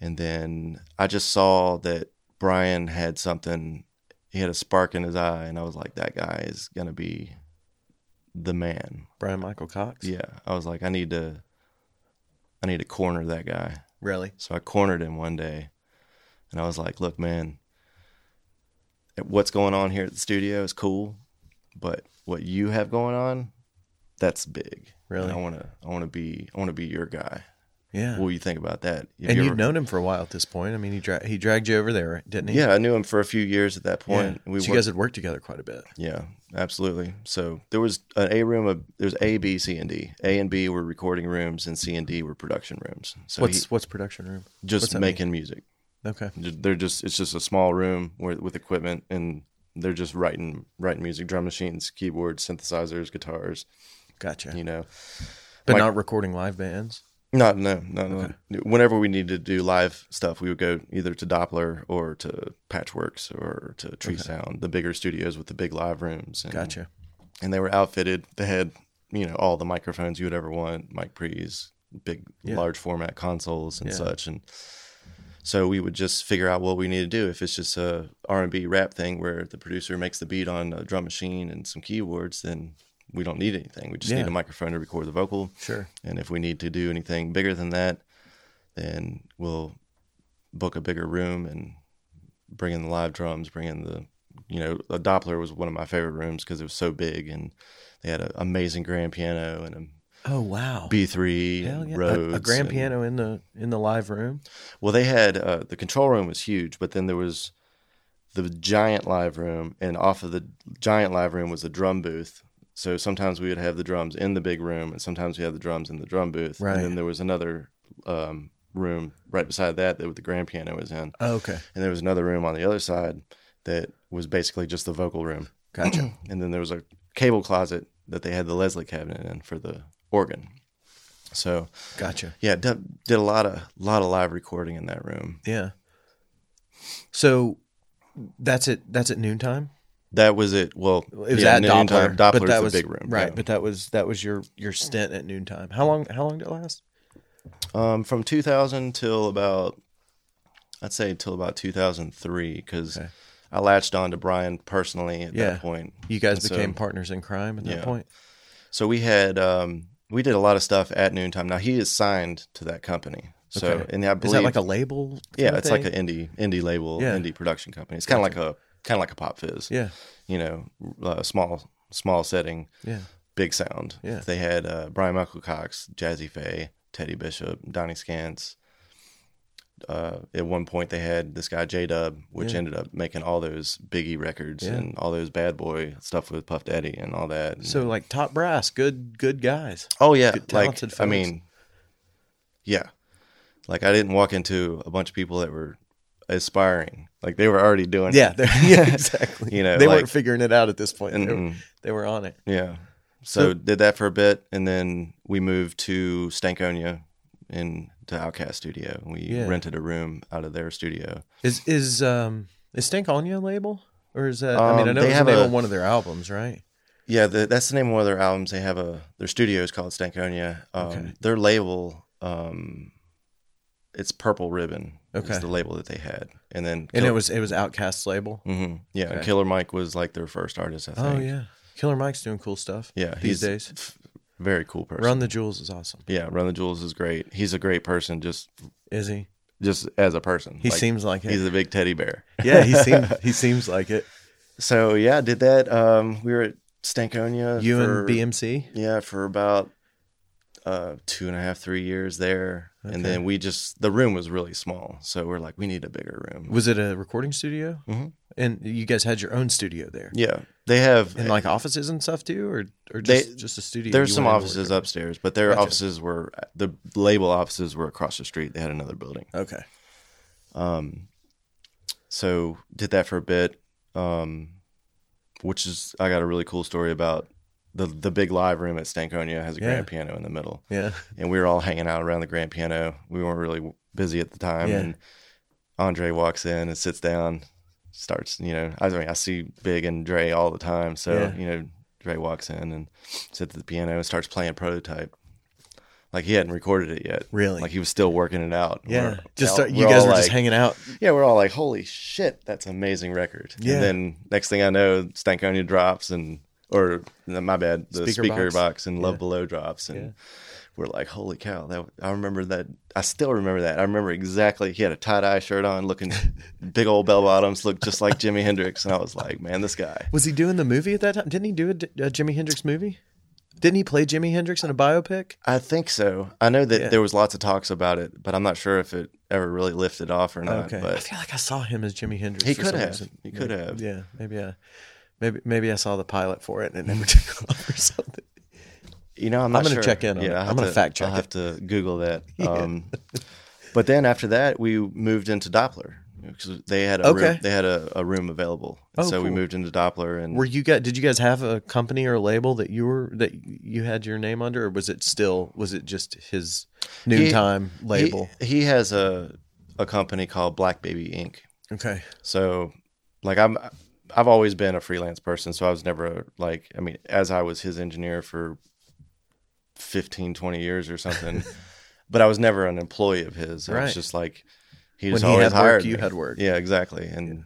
B: and then I just saw that Brian had something. He had a spark in his eye, and I was like, "That guy is gonna be the man."
A: Brian Michael Cox.
B: Yeah, I was like, I need to, I need to corner that guy.
A: Really?
B: So I cornered him one day, and I was like, Look, man, what's going on here at the studio is cool, but what you have going on, that's big.
A: Really?
B: And I want to, I want to be, I want to be your guy.
A: Yeah.
B: What do you think about that? Have
A: and
B: you
A: you've
B: ever-
A: known him for a while at this point. I mean, he dra- he dragged you over there, didn't he?
B: Yeah, I knew him for a few years at that
A: Yeah.
B: point.
A: so
B: We worked-
A: you guys had worked together quite a bit.
B: Yeah, absolutely. So there was an A room of there's A, B, C, and D. A and B were recording rooms, and C and D were production rooms. So
A: what's
B: he-
A: what's production room? what's
B: just
A: that
B: making music.
A: Okay.
B: Ju- They're just it's just a small room where, with equipment, and they're just writing writing music, drum machines, keyboards, synthesizers, guitars.
A: Gotcha.
B: You know,
A: but
B: like-
A: not recording live bands.
B: not no no no. Whenever we needed to do live stuff, we would go either to Doppler or to Patchworks or to Tree Sound, the bigger studios with the big live rooms. And,
A: Gotcha.
B: and they were outfitted. They had you know all the microphones you would ever want, mic pre's, big large format consoles and such, and so we would just figure out what we need to do. If it's just a R and B rap thing where the producer makes the beat on a drum machine and some keyboards, then we don't need anything. We just
A: Yeah.
B: need a microphone to record the vocal.
A: Sure.
B: And if we need to do anything bigger than that, then we'll book a bigger room and bring in the live drums, bring in the, you know, a Doppler was one of my favorite rooms because it was so big and they had an amazing grand piano and a
A: Oh wow.
B: B3
A: Hell
B: and
A: yeah.
B: Rhodes.
A: a, a grand
B: and-
A: piano in the in the live room.
B: Well, they had uh, the control room was huge, but then there was the giant live room, and off of the giant live room was the drum booth. So sometimes we would have the drums in the big room, and sometimes we had the drums in the drum booth.
A: Right.
B: And then there was another um, room right beside that that the grand piano was in,
A: Oh, okay.
B: and there was another room on the other side that was basically just the vocal room.
A: [clears throat] Gotcha.
B: And then there was a cable closet that they had the Leslie cabinet in for the organ. So
A: gotcha.
B: yeah, did did a lot of lot of live recording in that room.
A: Yeah. So that's it. That's at noontime.
B: That was it. Well,
A: It was
B: yeah,
A: at
B: noon
A: Doppler,
B: time. Doppler's
A: but that
B: the
A: was
B: big room,
A: right?
B: yeah.
A: But that was that was your your stint at noontime. How long? How long did it last?
B: um, from 2000 till about, I'd say till about 2003, because
A: Okay.
B: I latched on to Brian personally at
A: Yeah.
B: that point.
A: You guys
B: And so-
A: became partners in crime at that
B: Yeah.
A: point.
B: So we had um, we did a lot of stuff at noontime. Now he is signed to that company. So
A: Okay.
B: and I
A: Is
B: believe
A: that like a label?
B: yeah, it's like an indie indie label,
A: Yeah.
B: indie production company. It's kind of like a kind of like a pop fizz.
A: yeah,
B: you know, uh, small small setting.
A: yeah.
B: big sound.
A: Yeah.
B: They had uh, Brian Michael Cox, Jazzy Faye, Teddy Bishop, Donnie Scantz. Uh, at one point, they had this guy J Dub, which
A: Yeah.
B: ended up making all those Biggie records
A: Yeah.
B: and all those Bad Boy stuff with Puff Daddy and all that. And-
A: So like top brass, good good
B: [laughs]
A: guys.
B: oh yeah,
A: good
B: like
A: talented
B: I
A: fellas.
B: mean, yeah, like I didn't walk into a bunch of people that were aspiring. Like they were already doing. it.
A: Yeah, they're- [laughs] yeah, exactly.
B: You know,
A: they
B: like-
A: weren't figuring it out at this point. They were,
B: Mm-mm.
A: they were on it.
B: Yeah. So, did that for a bit, and then we moved to Stankonia in to Outcast Studio. We
A: Yeah.
B: rented a room out of their studio.
A: Is is um is Stankonia a label or is that? I mean, I
B: Um,
A: know
B: they
A: it's
B: have
A: the name
B: a-
A: on one of their albums, right?
B: Yeah, the, that's the name of one of their albums. They have a their studio is called Stankonia. Um,
A: Okay.
B: Their label, um, it's Purple Ribbon.
A: Okay.
B: is the label that they had, and then
A: And it was it was Outcast's label.
B: hmm yeah,
A: Okay.
B: Killer Mike was like their first artist. I think.
A: Oh yeah, Killer Mike's doing cool stuff.
B: yeah.
A: these
B: he's
A: days,
B: f- very cool person.
A: Run the Jewels is awesome.
B: yeah, Run the Jewels is great. He's a great person, just
A: Is he?
B: just as a person.
A: He
B: Like,
A: seems like it.
B: he's a big teddy bear.
A: yeah,
B: [laughs]
A: he seems he seems like it.
B: So yeah, did that. Um, we were at Stankonia.
A: You
B: for-
A: and BMC.
B: Yeah, for about uh two and a half, three years there,
A: Okay.
B: and then we just the room was really small, so we're like, we need a bigger room.
A: Was it a recording studio?
B: Mhm.
A: And you guys had your own studio there,
B: yeah, they have
A: and like offices and stuff too, or or
B: They-
A: just just a studio.
B: there's
A: you
B: some
A: went in to
B: offices
A: work
B: upstairs, but their
A: Gotcha.
B: offices were the label offices were across the street. They had another building.
A: at? Okay.
B: Um, so did that for a bit, um, which is I got a really cool story about the the big live room at Stankonia has a grand piano in the middle,
A: Yeah.
B: and we were all hanging out around the grand piano. We weren't really busy at the time,
A: Yeah.
B: and Andre walks in and sits down, starts you know I mean I see Big and Dre all the time, so
A: Yeah.
B: you know Dre walks in and sits at the piano and starts playing Prototype. Like he hadn't recorded it yet.
A: Really?
B: Like he was still working it out.
A: Yeah.
B: We're-
A: just
B: we're
A: start, you
B: all
A: guys were
B: like-
A: just hanging out.
B: yeah, we're all like, holy shit, that's an amazing record.
A: Yeah.
B: And then next thing I know, Stankonia drops and, or no, my bad, the
A: Speaker
B: speaker,
A: Box.
B: box. and Love Below drops. And
A: Yeah.
B: we're like, holy cow, that I remember that. I still remember that. I remember exactly. He had a tie dye shirt on, [laughs] looking big old bell bottoms, looked just like Jimi Hendrix. And I was like, man, this guy.
A: Was he doing the movie at that time? Didn't he do a, D- a Jimi Hendrix movie? Didn't he play Jimi Hendrix in a biopic?
B: I think so. I know that
A: Yeah.
B: there was lots of talks about it, but I'm not sure if it ever really lifted off or not.
A: okay. I
B: Uh, But
A: feel like I saw him as Jimi Hendrix.
B: He
A: for
B: could
A: some
B: have.
A: reason.
B: He could
A: Maybe-
B: have.
A: Yeah. Maybe I. Maybe maybe I saw the pilot for it and it never [laughs] took off or something.
B: You know, I'm not
A: I'm gonna
B: sure.
A: check in on it.
B: I'll
A: I'm
B: have
A: gonna
B: to-
A: fact check
B: I'll
A: it.
B: have to
A: [laughs]
B: Google that. Um, but then after that, we moved into Doppler because they had a
A: Okay.
B: room, they had a, a room available, and
A: Oh,
B: so we
A: cool.
B: moved into Doppler. And
A: Were you guys? Did you guys have a company or a label that you were that you had your name under, or was it still? Was it just his noontime
B: he-
A: label?
B: He, has a a company called Black Baby Inc.
A: okay.
B: So, like I'm. I've always been a freelance person, so I was never like, I mean, as I was his engineer for 15, 20 years
A: [laughs]
B: or something, but I was never an employee of his. I
A: Right.
B: was just like, he
A: When
B: just
A: he
B: always
A: had
B: hired
A: work, you
B: me.
A: had work.
B: Yeah, exactly. And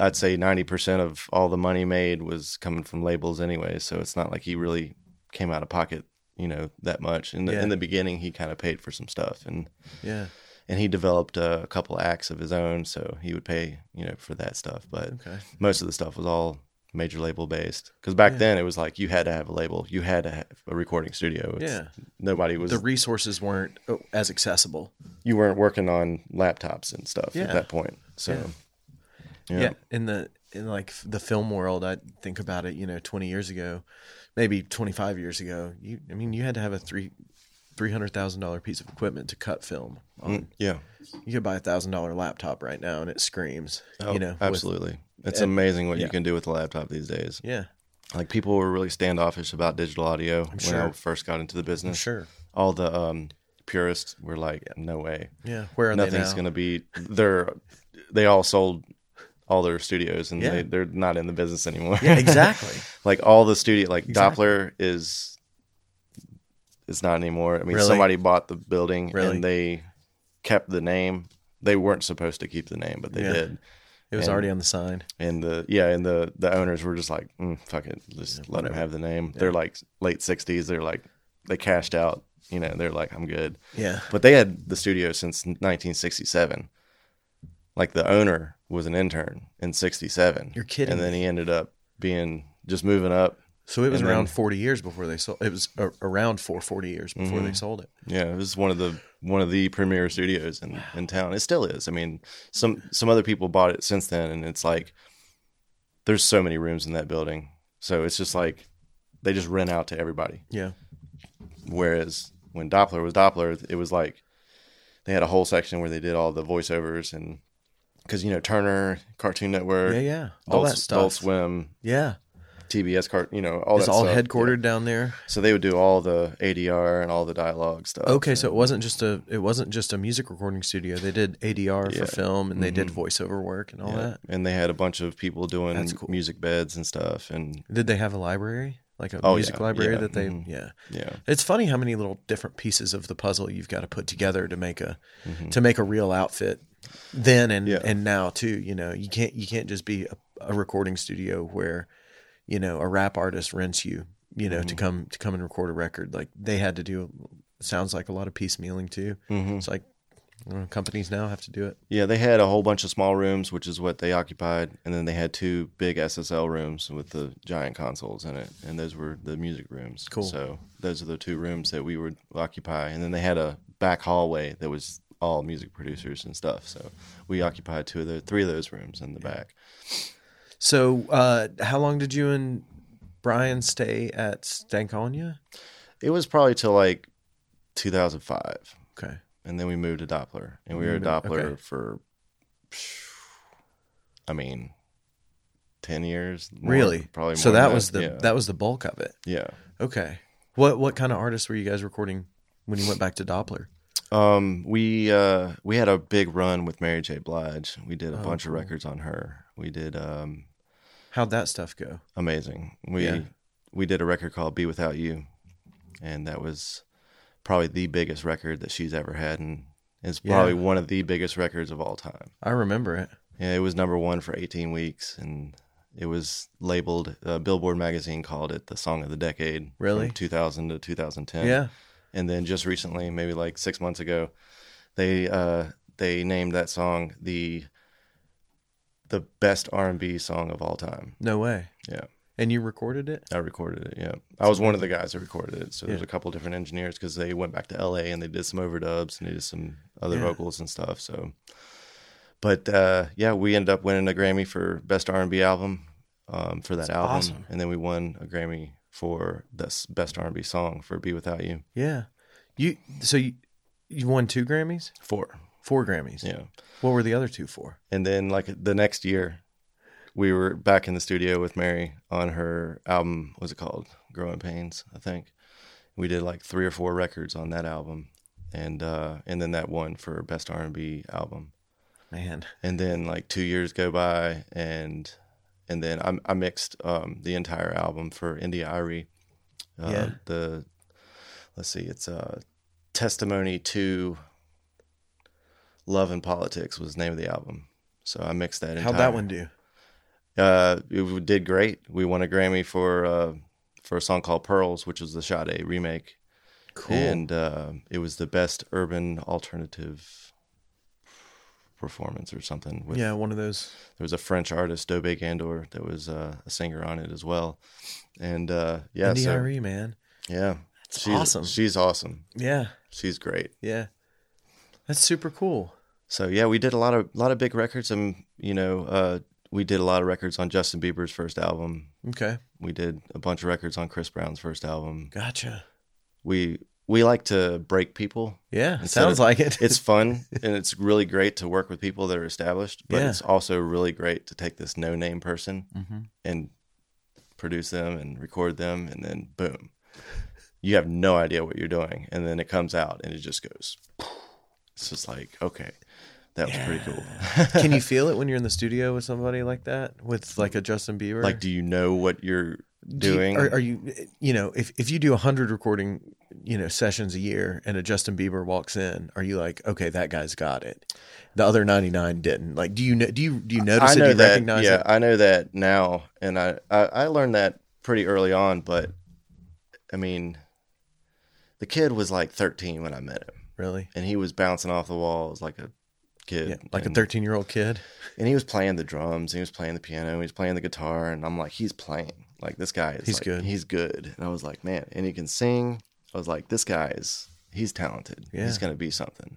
B: I'd say 90% of all the money made was coming from labels anyway. So it's not like he really came out of pocket, you know, that much. In the,
A: Yeah.
B: in the beginning, he kind of paid for some stuff and,
A: Yeah.
B: and he developed uh, a couple acts of his own. So he would pay, you know, for that stuff. But
A: Okay.
B: most of the stuff was all major label based. Cause back then it was like, you had to have a label, you had to have a recording studio. It's-
A: Yeah.
B: Nobody was,
A: The resources weren't oh, as accessible.
B: you weren't working on laptops and stuff
A: Yeah.
B: at that point. So
A: Yeah. In the in like f- the film world, I think about it. You know, twenty years ago, maybe twenty five years ago. You, I mean, you had to have a three three hundred thousand dollar piece of equipment to cut film. On.
B: Mm, yeah.
A: You could buy a thousand dollar laptop right now, and it screams. you know, with-
B: Oh, absolutely. it's amazing what
A: yeah.
B: you can do with a laptop these days.
A: yeah.
B: Like people were really standoffish about digital audio when
A: sure.
B: I first got into the business.
A: Sure.
B: All the um, purists were like, "No way,
A: Yeah. Where are they
B: nothing's
A: now?
B: going to be." [laughs] They're they all sold all their studios and
A: Yeah.
B: they, they're not in the business anymore. [laughs]
A: yeah. [laughs] Exactly.
B: like all the studio, like
A: Exactly.
B: Doppler is it's not anymore. I mean,
A: Really?
B: somebody bought the building
A: Really?
B: and they kept the name. They weren't supposed to keep the name, but they
A: Yeah.
B: did.
A: It was
B: And-
A: already on the sign.
B: and the yeah and the the owners were just like mm, fuck it just let them have the name they're like late 60s they're like they cashed out you know they're like i'm good
A: Yeah.
B: but they had the studio since 1967 like the owner was an intern in 67
A: You're kidding
B: and then he ended up being just moving up
A: So it was
B: And
A: around
B: then-
A: 40 years before they sold it was a- around for 40 years before
B: Mm-hmm.
A: they sold it.
B: yeah it was one of the one of the premier studios in, in town it still is i mean some some other people bought it since then and it's like there's so many rooms in that building so it's just like they just rent out to everybody
A: Yeah.
B: Whereas when Doppler was Doppler, it was like they had a whole section where they did all the voiceovers and because you know Turner, Cartoon Network,
A: yeah, yeah, all
B: Adult,
A: that stuff.
B: Adult Swim,
A: yeah,
B: TBS, cart, you know, all
A: it's
B: that
A: all
B: stuff.
A: headquartered down there.
B: Yeah. So they would do all the ADR and all the dialogue stuff.
A: Okay, so it
B: And-
A: wasn't just a it wasn't just a music recording studio. They did ADR
B: Yeah.
A: for film and they did
B: Mhm.
A: voiceover work and all
B: yeah.
A: that.
B: and they had a bunch of people doing
A: That's cool.
B: music beds and stuff, and
A: Did they have a library? Like a
B: Oh,
A: music
B: yeah,
A: library
B: yeah,
A: that they
B: mhm.
A: yeah.
B: yeah,
A: It's funny how many little different pieces of the puzzle you've got to put together to make a
B: Mhm.
A: to make a real outfit then and
B: Yeah.
A: and now too, you know. You can't you can't just be a, a recording studio where, you know, a rap artist rents you, you know, to
B: Mhm.
A: come to come and record a record. Like they had to do sounds like a lot of piecemealing too.
B: Mhm.
A: It's like uh, companies now have to do it.
B: yeah. They had a whole bunch of small rooms, which is what they occupied, and then they had two big SSL rooms with the giant consoles in it, and those were the music rooms.
A: Cool.
B: So those are the two rooms that we would occupy, and then they had a back hallway that was all music producers and stuff. So we occupied two of the three of those rooms in the back.
A: So, uh, how long did you and Brian stay at Stankonia?
B: It was probably till like 2005,
A: Okay.
B: and then we moved to Doppler, and we were at
A: Moved-
B: Doppler
A: okay.
B: for, I mean, 10 years. more,
A: Really?
B: Probably. More
A: So
B: than
A: that was the
B: yeah.
A: that was the bulk of it.
B: yeah.
A: Okay. What what kind of artists were you guys recording when you went back to Doppler?
B: Um, we uh we had a big run with Mary J. Blige. We did a
A: Oh,
B: bunch
A: cool.
B: of records on her. We did um
A: How'd that stuff go?
B: amazing. We
A: Yeah.
B: we did a record called "Be Without You," and that was probably the biggest record that she's ever had, and it's
A: Yeah.
B: probably one of the biggest records of all time.
A: I remember it.
B: Yeah, it was number one for 18 weeks, and it was labeled. Uh, Billboard magazine called it the song of the decade. from
A: Really?
B: 2000 to 2010.
A: Yeah.
B: And then just recently, maybe like six months ago, they uh, they named that song the the best R&B song of all time.
A: No way.
B: Yeah.
A: And you recorded it?
B: I recorded it. Yeah, I was one of the guys that recorded it. So there's
A: Yeah.
B: a couple different engineers because they went back to LA and they did some overdubs and they did some other
A: Yeah.
B: vocals and stuff. So, but uh, yeah, we ended up winning a Grammy for best R&B album um, for that
A: That's
B: album,
A: awesome.
B: and then we won a Grammy for this best R&B song for "Be Without You."
A: Yeah. You so you you won two Grammys?
B: Four.
A: Four Grammys.
B: Yeah.
A: What were the other two for?
B: And then like the next year, we were back in the studio with Mary on her album. What's it called? Growing Pains, I think. We did like three or four records on that album, and uh, and then that one for best R and B album.
A: Man.
B: And then like two years go by, and and then I, I mixed um, the entire album for India Irie. Uh,
A: Yeah.
B: The let's see, it's uh, testimony to love and politics was the name of the album. So I mixed that.
A: How'd
B: entire-
A: that one do?
B: uh, it did great. We won a Grammy for uh, for a song called "Pearls," which was the Sade remake,
A: Cool.
B: and uh, it was the best urban alternative performance or something. With,
A: yeah, one of those.
B: There was a French artist, Dobe Gandor, that was uh, a singer on it as well, and uh, yeah,
A: Indie
B: so-
A: IRE, man.
B: yeah,
A: That's
B: she's
A: awesome.
B: She's awesome.
A: Yeah.
B: She's great.
A: Yeah. That's super cool.
B: So yeah, we did a lot of lot of big records, and you know, uh, we did a lot of records on Justin Bieber's first album.
A: Okay.
B: We did a bunch of records on Chris Brown's first album.
A: Gotcha.
B: We we like to break people.
A: Yeah.
B: Instead
A: sounds
B: of-
A: like it. [laughs]
B: It's fun and it's really great to work with people that are established, but
A: Yeah.
B: it's also really great to take this no name person
A: hmm
B: and produce them and record them and then boom. You have no idea what you're doing. And then it comes out and it just goes. It's just like, okay, that was pretty cool.
A: Can you feel it when you're in the studio with somebody like that, with like a Justin Bieber?
B: [laughs] like, do you know what you're
A: Do you-
B: doing?
A: are, are you, you know, if, if you do a hundred recording, you know, sessions a year, and a Justin Bieber walks in, are you like, okay, that guy's got it, the other ninety nine didn't? Like, do you know? Do you do you notice it? Do you
B: that,
A: recognize
B: yeah,
A: it?
B: I know that now, and I, I I learned that pretty early on. But I mean, the kid was like 13 when I met him,
A: Really?
B: and he was bouncing off the walls like a kid,
A: Yeah, like a
B: and,
A: thirteen year old kid.
B: And he was playing the drums, and he was playing the piano, and he was playing the guitar, and I'm like, he's playing. Like this guy is
A: He's
B: like-
A: good.
B: He's good, and I was like, man, and he can sing. I was like, this guy is he's talented.
A: Yeah.
B: He's gonna be something.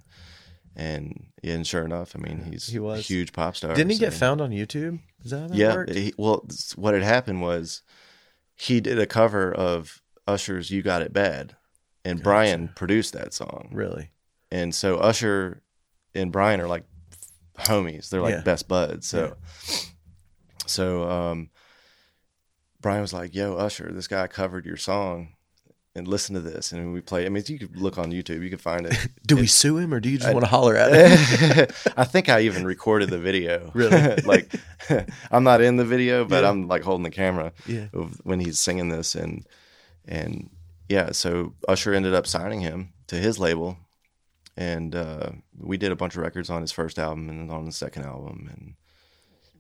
B: And yeah, and sure enough, I mean, he's
A: He
B: a
A: was.
B: huge pop star.
A: Didn't he
B: so-
A: get found on YouTube? Is that how that
B: yeah.
A: worked?
B: He, well, s- what had happened was he did a cover of Usher's "You Got It Bad," and Brian produced that song.
A: Really?
B: And so Usher and Brian are like homies. They're like
A: Yeah.
B: best buds. So, so um, Brian was like, "Yo, Usher, this guy covered your song, and listen to this." And we play. I mean, you could look on YouTube. You could
A: [laughs]
B: find it.
A: Do we sue him or do you just want to holler
B: [laughs]
A: at him?
B: I think I even recorded the video.
A: Really?
B: [laughs] like, I'm not in the video, but
A: Yeah.
B: I'm like holding the camera
A: Yeah.
B: of when he's singing this, and and yeah. So Usher ended up signing him to his label, and uh, we did a bunch of records on his first album and then on the second album, and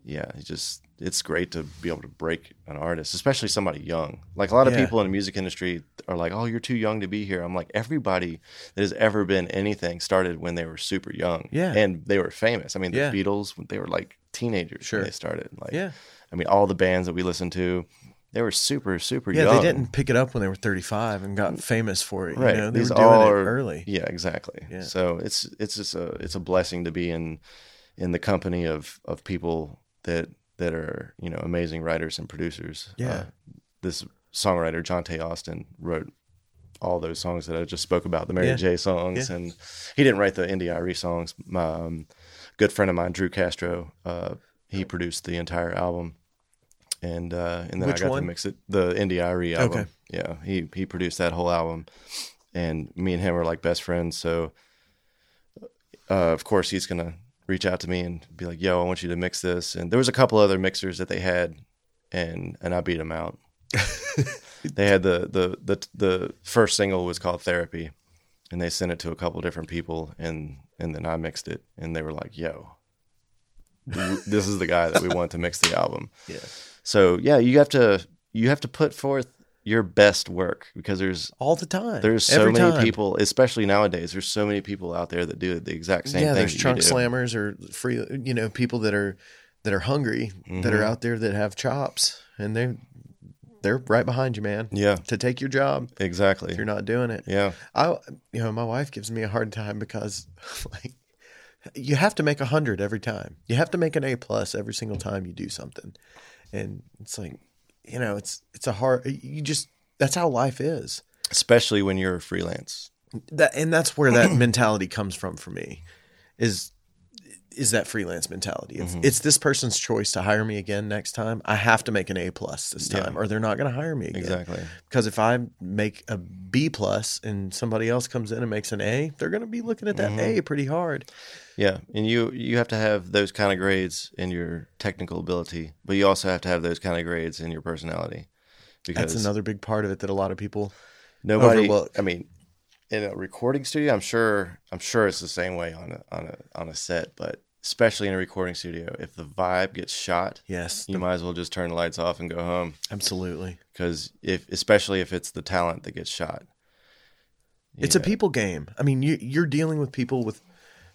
B: yeah, it's just it's great to be able to break an artist, especially somebody young. Like a lot of
A: Yeah.
B: people in the music industry are like, "Oh, you're too young to be here." I'm like, everybody that has ever been anything started when they were super young,
A: Yeah.
B: and they were famous. I mean, the
A: Yeah.
B: Beatles they were like teenagers
A: Sure.
B: when they started. Like,
A: Yeah.
B: I mean, all the bands that we listened to, they were super super
A: Yeah,
B: young.
A: they didn't pick it up when they were 35 and got famous for it.
B: Right.
A: You know, they
B: These
A: were doing
B: all
A: it
B: are-
A: early.
B: Yeah, exactly.
A: Yeah.
B: So it's it's just a it's a blessing to be in in the company of of people that that are you know amazing writers and producers. Uh,
A: Yeah.
B: this songwriter John Tay Austin wrote all those songs that I just spoke about, the Mary
A: Yeah.
B: J songs,
A: Yeah.
B: and he didn't write the NDIRE songs. My um, good friend of mine, Drew Castro, uh, he produced the entire album. And uh, and then
A: Which
B: I got
A: one?
B: to mix it the NDIRE E album.
A: Okay.
B: Yeah, he he produced that whole album, and me and him are like best friends. So, uh, of course, he's gonna reach out to me and be like, "Yo, I want you to mix this." And there was a couple other mixers that they had, and and I beat him out. they had the the the the first single was called Therapy, and they sent it to a couple different people, and and then I mixed it, and they were like, "Yo, this is the guy that we want to mix the album."
A: Yeah.
B: So yeah, you have to you have to put forth your best work because there's
A: All the time.
B: there's so
A: Every
B: many
A: time.
B: people, especially nowadays. There's so many people out there that do the exact same
A: yeah,
B: thing.
A: there's
B: that you
A: trunk
B: do.
A: slammers or free, you know, people that are that are hungry that
B: Mm-hmm.
A: are out there that have chops and they they're right behind you, man.
B: Yeah,
A: To take your job
B: exactly.
A: if you're not doing it.
B: Yeah,
A: I you know, my wife gives me a hard time because [laughs] like you have to make a hundred every time. You have to make an A plus every single time you do something. And it's like, you know, it's it's a hard you just that's how life is.
B: especially when you're freelance.
A: That and that's where
B: [clears throat]
A: that mentality comes from for me is is that freelance mentality.
B: Mm-hmm.
A: It's, it's this person's choice to hire me again next time. I have to make an A plus this time or they're not going to hire me again
B: Exactly.
A: because if I make a B plus and somebody else comes in and makes an A, they're going to be looking at that
B: Mm-hmm.
A: A pretty hard.
B: Yeah, and you you have to have those kind of grades in your technical ability, but you also have to have those kind of grades in your personality.
A: That's
B: Because
A: another big part of it that a lot of people.
B: nobody.
A: overlook.
B: I mean, in a recording studio, I'm sure I'm sure it's the same way on a on a on a set, but especially in a recording studio, if the vibe gets shot,
A: Yes,
B: you might as well just turn the lights off and go home.
A: absolutely.
B: Because if especially if it's the talent that gets shot, You
A: It's a
B: know,
A: people game. I mean, you, you're dealing with people with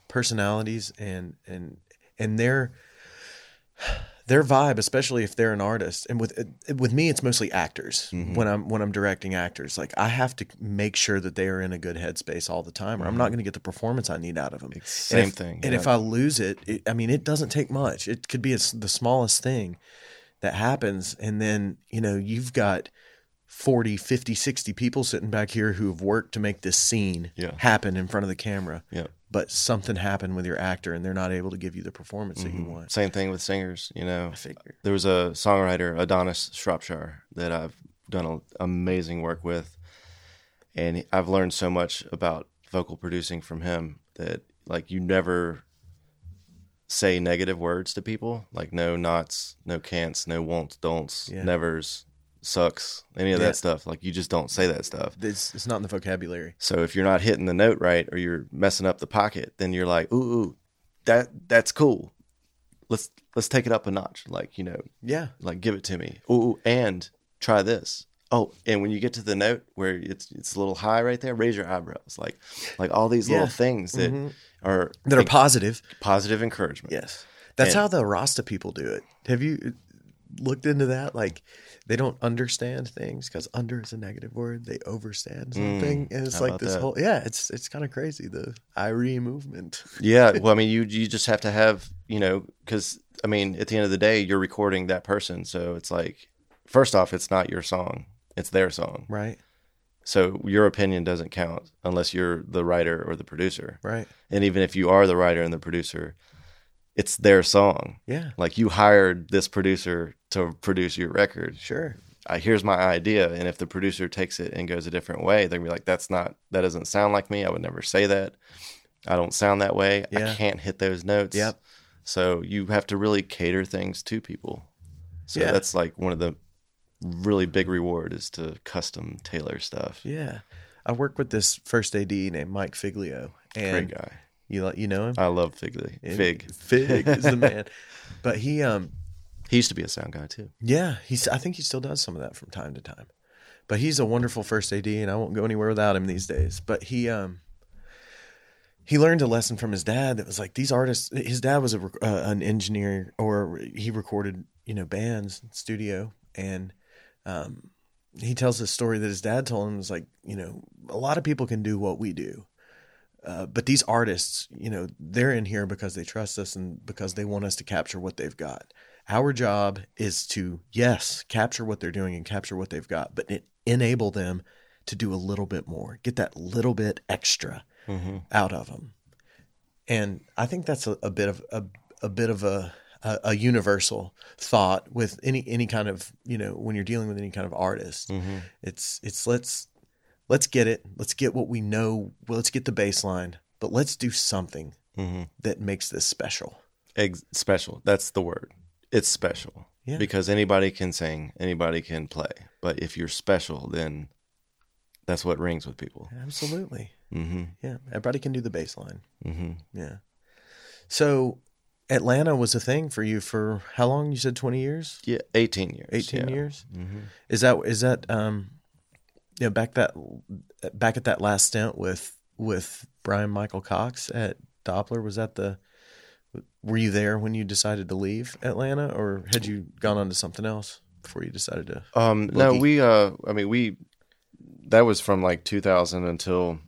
A: personalities and and and their their vibe, especially if they're an artist. And with with me, it's mostly actors. When I'm when I'm directing actors, like I have to make sure that they are in a good headspace all the time, or I'm not going to get the performance I need out of them.
B: same
A: and if,
B: thing.
A: And
B: yeah.
A: if I lose it, it, I mean, it doesn't take much. It could be a s the smallest thing that happens. And then, you know, you've got 40, 50, 60 people sitting back here who have worked to make this scene
B: Yeah.
A: happen in front of the camera.
B: yeah.
A: But something happened with your actor and they're not able to give you the performance that you want.
B: Mm-hmm. Same thing with singers, you know.
A: figure.
B: There was a songwriter, Adonis Shropshire, that I've done a, amazing work with, and I've learned so much about vocal producing from him that like you never say negative words to people, like no nots, no can'ts, no won'ts, don'ts,
A: Yeah.
B: nevers, sucks, any of
A: Yeah.
B: that stuff. Like you just don't say that stuff.
A: It's, it's not in the vocabulary.
B: So if you're not hitting the note right or you're messing up the pocket, then you're like, ooh, ooh that that's cool. Let's let's take it up a notch. Like, you know,
A: Yeah.
B: like give it to me. Ooh, ooh and try this. Oh, and when you get to the note where it's it's a little high right there, raise your eyebrows. Like like all these
A: Yeah. Mm-hmm.
B: little things that are
A: That are positive.
B: positive encouragement.
A: Yes. That's
B: And-
A: how the Rasta people do it. Have you uh, looked into that? Like they don't understand things because under is a negative word. They overstand something. and it's
B: Mm. how
A: like
B: about
A: this
B: that?
A: whole yeah, it's it's kind of crazy, the IRE movement.
B: yeah
A: [laughs]
B: well i mean you you just have to have you know because i mean at the end of the day you're recording that person so it's like first off it's not your song it's their song
A: Right.
B: so your opinion doesn't count unless you're the writer or the producer
A: Right.
B: and even if you are the writer and the producer it's their song.
A: Yeah.
B: Like you hired this producer to produce your record.
A: Sure.
B: I, here's my idea, and if the producer takes it and goes a different way, they're gonna be like, "That's not. That doesn't sound like me. I would never say that. I don't sound that way.
A: Yeah.
B: I can't hit those notes."
A: Yep.
B: So you have to really cater things to people. So
A: Yeah.
B: that's like one of the really big reward is to custom tailor stuff.
A: Yeah. I work with this first AD named Mike Figlio,
B: Great
A: and
B: guy.
A: you li- you know him.
B: I love Figley.
A: And
B: Uh, Fig.
A: Fig is
B: [laughs]
A: the man. But he um
B: He used to be a sound guy too.
A: Yeah, he's. I think he still does some of that from time to time, but he's a wonderful first AD, and I won't go anywhere without him these days. But he, um, he learned a lesson from his dad that was like these artists. His dad was a, rec- uh, an engineer, or he recorded you know bands in studio, and um, he tells this story that his dad told him was like you know a lot of people can do what we do. Uh, but these artists, you know, they're in here because they trust us and because they want us to capture what they've got our job is to yes capture what they're doing and capture what they've got but it, enable them to do a little bit more get that little bit extra
B: Mm-hmm.
A: out of them and i think that's a, a bit of a, a bit of a, a a universal thought with any any kind of you know when you're dealing with any kind of artist
B: Mm-hmm.
A: it's it's let's let's get it let's get what we know well, let's get the baseline but let's do something
B: Mm-hmm.
A: that makes this special
B: Ex- special. That's the word. It's special.
A: Yeah.
B: Because anybody can sing, anybody can play. But if you're special, then that's what rings with people.
A: absolutely
B: Mm
A: yeah everybody can do the baseline
B: hmm. Mm hmm.
A: Yeah. So Atlanta was a thing for you for how long? You said 20 years?
B: Yeah. 18 years.
A: 18
B: yeah.
A: years?
B: Mm-hmm.
A: Is that is that um you know back that back at that last stint with with Brian Michael Cox at Doppler was that the were you there when you decided to leave Atlanta or had you gone on to something else before you decided to
B: Um, no,
A: Lucky.
B: we, uh, I mean, we, that was from like 2000 until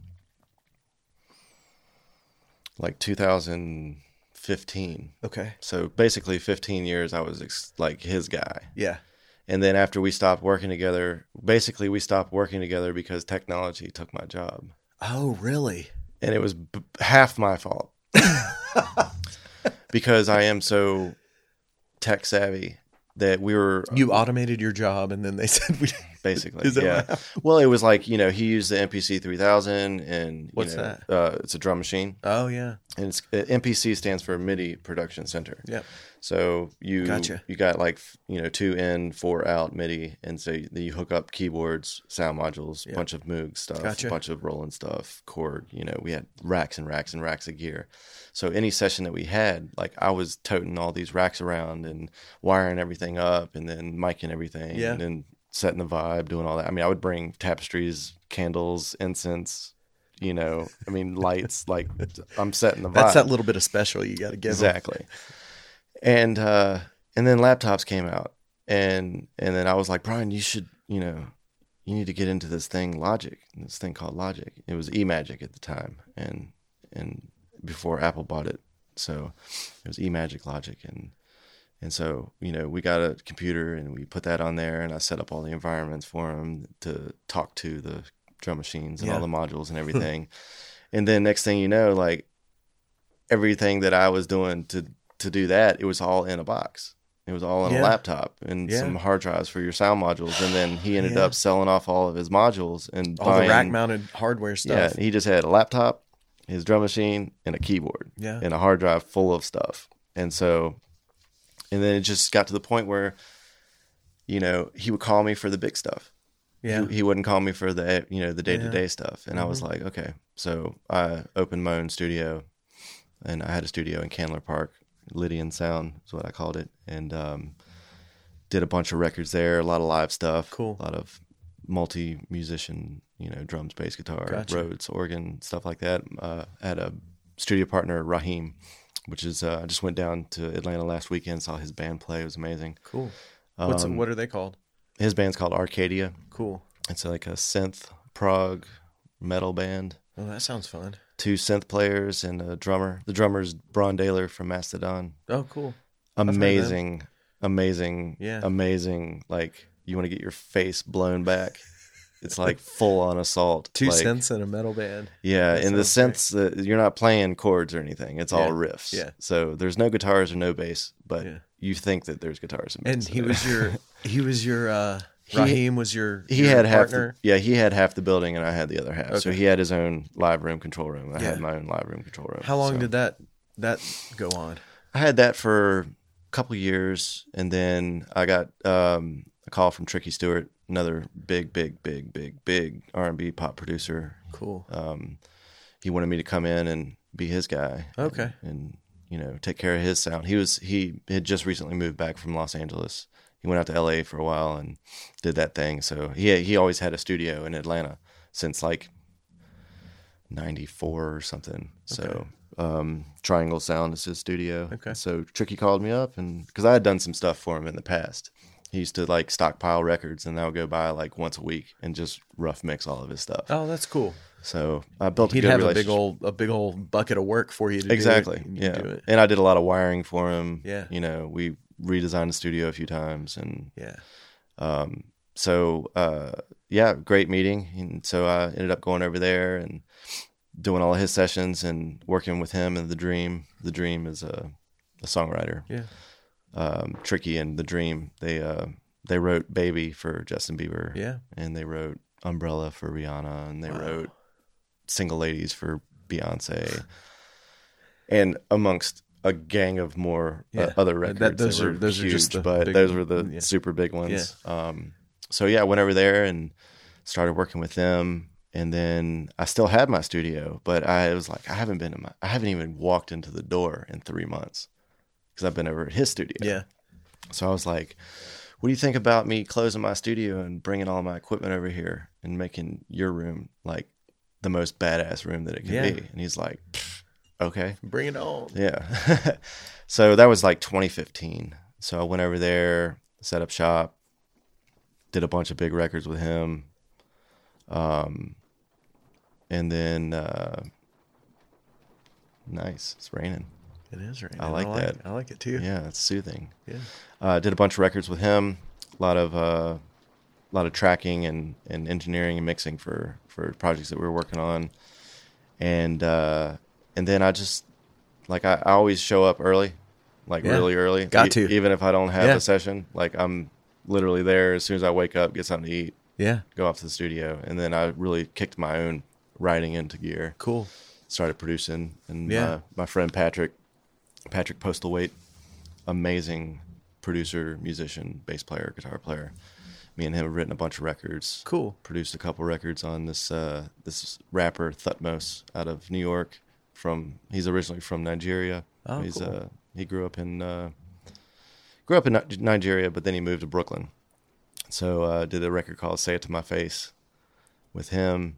B: like 2015.
A: Okay.
B: So basically 15 years, I was ex- like his guy.
A: Yeah.
B: And then after we stopped working together, basically we stopped working together because technology took my job.
A: Oh, really?
B: And it was b- half
A: [laughs]
B: my fault because I am so tech savvy that we were
A: You automated your job and then they [laughs] said we
B: basically
A: Is that
B: yeah.
A: what happened?
B: Well, it was like, you know, he used the MPC 3000 and you
A: What's
B: know, Uh, it's a drum machine
A: Oh, yeah.
B: and it's uh, MPC stands for MIDI production center.
A: Yeah.
B: So you
A: Gotcha.
B: you got like f- you know two in four out MIDI, and so you, you hook up keyboards, sound modules,
A: Yeah.
B: bunch of Moog stuff,
A: Gotcha.
B: bunch of Roland stuff, chord. You know, we had racks and racks and racks of gear. So any session that we had, like I was toting all these racks around and wiring everything up, and then micing everything,
A: Yeah.
B: and then setting the vibe, doing all that. I mean, I would bring tapestries, candles, incense. You know, I mean, lights. like I'm setting the vibe
A: That's that little bit of special you got to give 'em.
B: exactly and uh and then laptops came out and and then i was like brian you should you know you need to get into this thing logic this thing called logic it was emagic at the time and and before apple bought it so it was emagic logic and and so you know we got a computer and we put that on there and i set up all the environments for him to talk to the drum machines and
A: Yeah.
B: all the modules and everything and then next thing you know like everything that I was doing to to do that, it was all in a box. It was all in
A: Yeah.
B: a laptop and
A: Yeah.
B: some hard drives for your sound modules. And then he ended
A: Yeah.
B: up selling off all of his modules and
A: All the
B: buying-
A: rack mounted hardware
B: Yeah,
A: stuff.
B: he just had a laptop, his drum machine, and a keyboard
A: Yeah.
B: and a hard drive full of stuff. And so, and then it just got to the point where, you know, he would call me for the big stuff
A: Yeah.
B: he, he wouldn't call me for the you know the day to day stuff, and I was
A: Mhm.
B: like, okay. So I opened my own studio, and I had a studio in Candler Park, Lydian Sound is what I called it, and um, did a bunch of records there, a lot of live stuff,
A: Cool.
B: a lot of multi musician, you know, drums, bass, guitar,
A: Gotcha.
B: Rhodes, organ, stuff like that. Uh, I had a studio partner, Raheem, which is uh, I just went down to Atlanta last weekend, saw his band play, it was amazing.
A: Cool. What's
B: Um,
A: what are they called?
B: His band's called Arcadia.
A: Cool.
B: It's like a synth prog metal band.
A: Oh, that sounds fun.
B: Two synth players and a drummer. The drummer's Bron Daler from Mastodon.
A: Oh, cool. heard of them.
B: Amazing, amazing,
A: Yeah.
B: amazing. Like you want to get your face blown back.
C: [laughs]
B: It's like full on assault.
C: Two
B: like,
C: cents in a metal band.
B: Yeah,
C: That
B: in the
C: sounds
B: sense that you're not playing chords or anything. It's all
C: Yeah,
B: riffs.
C: yeah.
B: So there's no guitars or no bass, but
C: Yeah.
B: you think that there's guitars and bass.
C: And
B: in
C: he
B: there.
C: was
B: [laughs]
C: your he was your uh
B: He-
C: Raheem was your
B: he
C: your
B: had half the,
C: partner.
B: yeah he had half the building and i had the other half so
C: Okay.
B: he had his own live room control room and i
C: Yeah.
B: had my own live room control room
C: How long
B: So
C: did that that go on?
B: i had that for a couple years and then i got um, a call from tricky stewart another big big big big big r&b pop producer
C: Cool.
B: um, he wanted me to come in and be his guy and-
C: Okay.
B: and, you know take care of his sound he was he had just recently moved back from los angeles he went out to la for a while and did that thing so he he always had a studio in atlanta since like 94 or something so um triangle sound is his studio
C: Okay.
B: so tricky called me up and because i had done some stuff for him in the past he used to like stockpile records and i would go by like once a week and just rough mix all of his stuff
C: Oh, that's cool.
B: so I built a
C: He'd
B: good
C: have a
B: relationship.
C: big old a big old bucket of work for you to do it,
B: exactly.
C: and you
B: yeah.
C: do it.
B: And I did a lot of wiring for him.
C: Yeah.
B: You know, we redesigned the studio a few times and
C: Yeah.
B: um so uh yeah, great meeting. And so I ended up going over there and doing all his sessions and working with him and the dream. The dream is a, a songwriter.
C: Yeah.
B: Um Tricky and The Dream. They uh they wrote Baby for Justin Bieber.
C: Yeah.
B: And they wrote Umbrella for Rihanna and they
C: Wow.
B: wrote Single Ladies for Beyonce. and amongst a gang of more uh,
C: Yeah.
B: other
C: That-
B: records
C: that-
B: that,
C: those
B: were
C: are- those are
B: huge,
C: just the
B: but
C: big-
B: those were the
C: yeah.
B: super big ones. Um so yeah, I went over there and started working with them and then I still had my studio, but I was like I haven't been in my I haven't even walked into the door in 3 months cuz I've been over at his studio.
C: Yeah.
B: So I was like, what do you think about me closing my studio and bringing all my equipment over here and making your room like the most badass room that it can
C: Yeah.
B: be? And he's like, "Pfft, okay.
C: Bring it on.
B: Yeah. [laughs] so that was like 2015. So I went over there, set up shop, did a bunch of big records with him. Um, and then, uh, nice. It's raining.
C: It is right.
B: I like that.
C: It. I like it too. Yeah.
B: Yeah, it's soothing. Uh, did a bunch of records with him. A lot of uh, a lot of tracking and, and engineering and mixing for for projects that we were working on. And uh, and then I just like I, I always show up early, like
C: Yeah.
B: really early. E-,
C: Got to.
B: even if I don't have
C: Yeah.
B: a session. Like I'm literally there as soon as I wake up, get something to eat,
C: Yeah.
B: go off to the studio, and then I really kicked my own writing into gear
C: Cool.
B: started producing and
C: Yeah.
B: my, my friend patrick patrick postalweight amazing producer musician bass player guitar player me and him have written a bunch of records
C: Cool.
B: produced a couple records on this uh, this rapper thutmose out of new york from he's originally from nigeria
C: Oh,
B: he's
C: cool.
B: uh, he grew up in uh, grew up in Ni- nigeria but then he moved to brooklyn so uh, did a record called say it to my face with him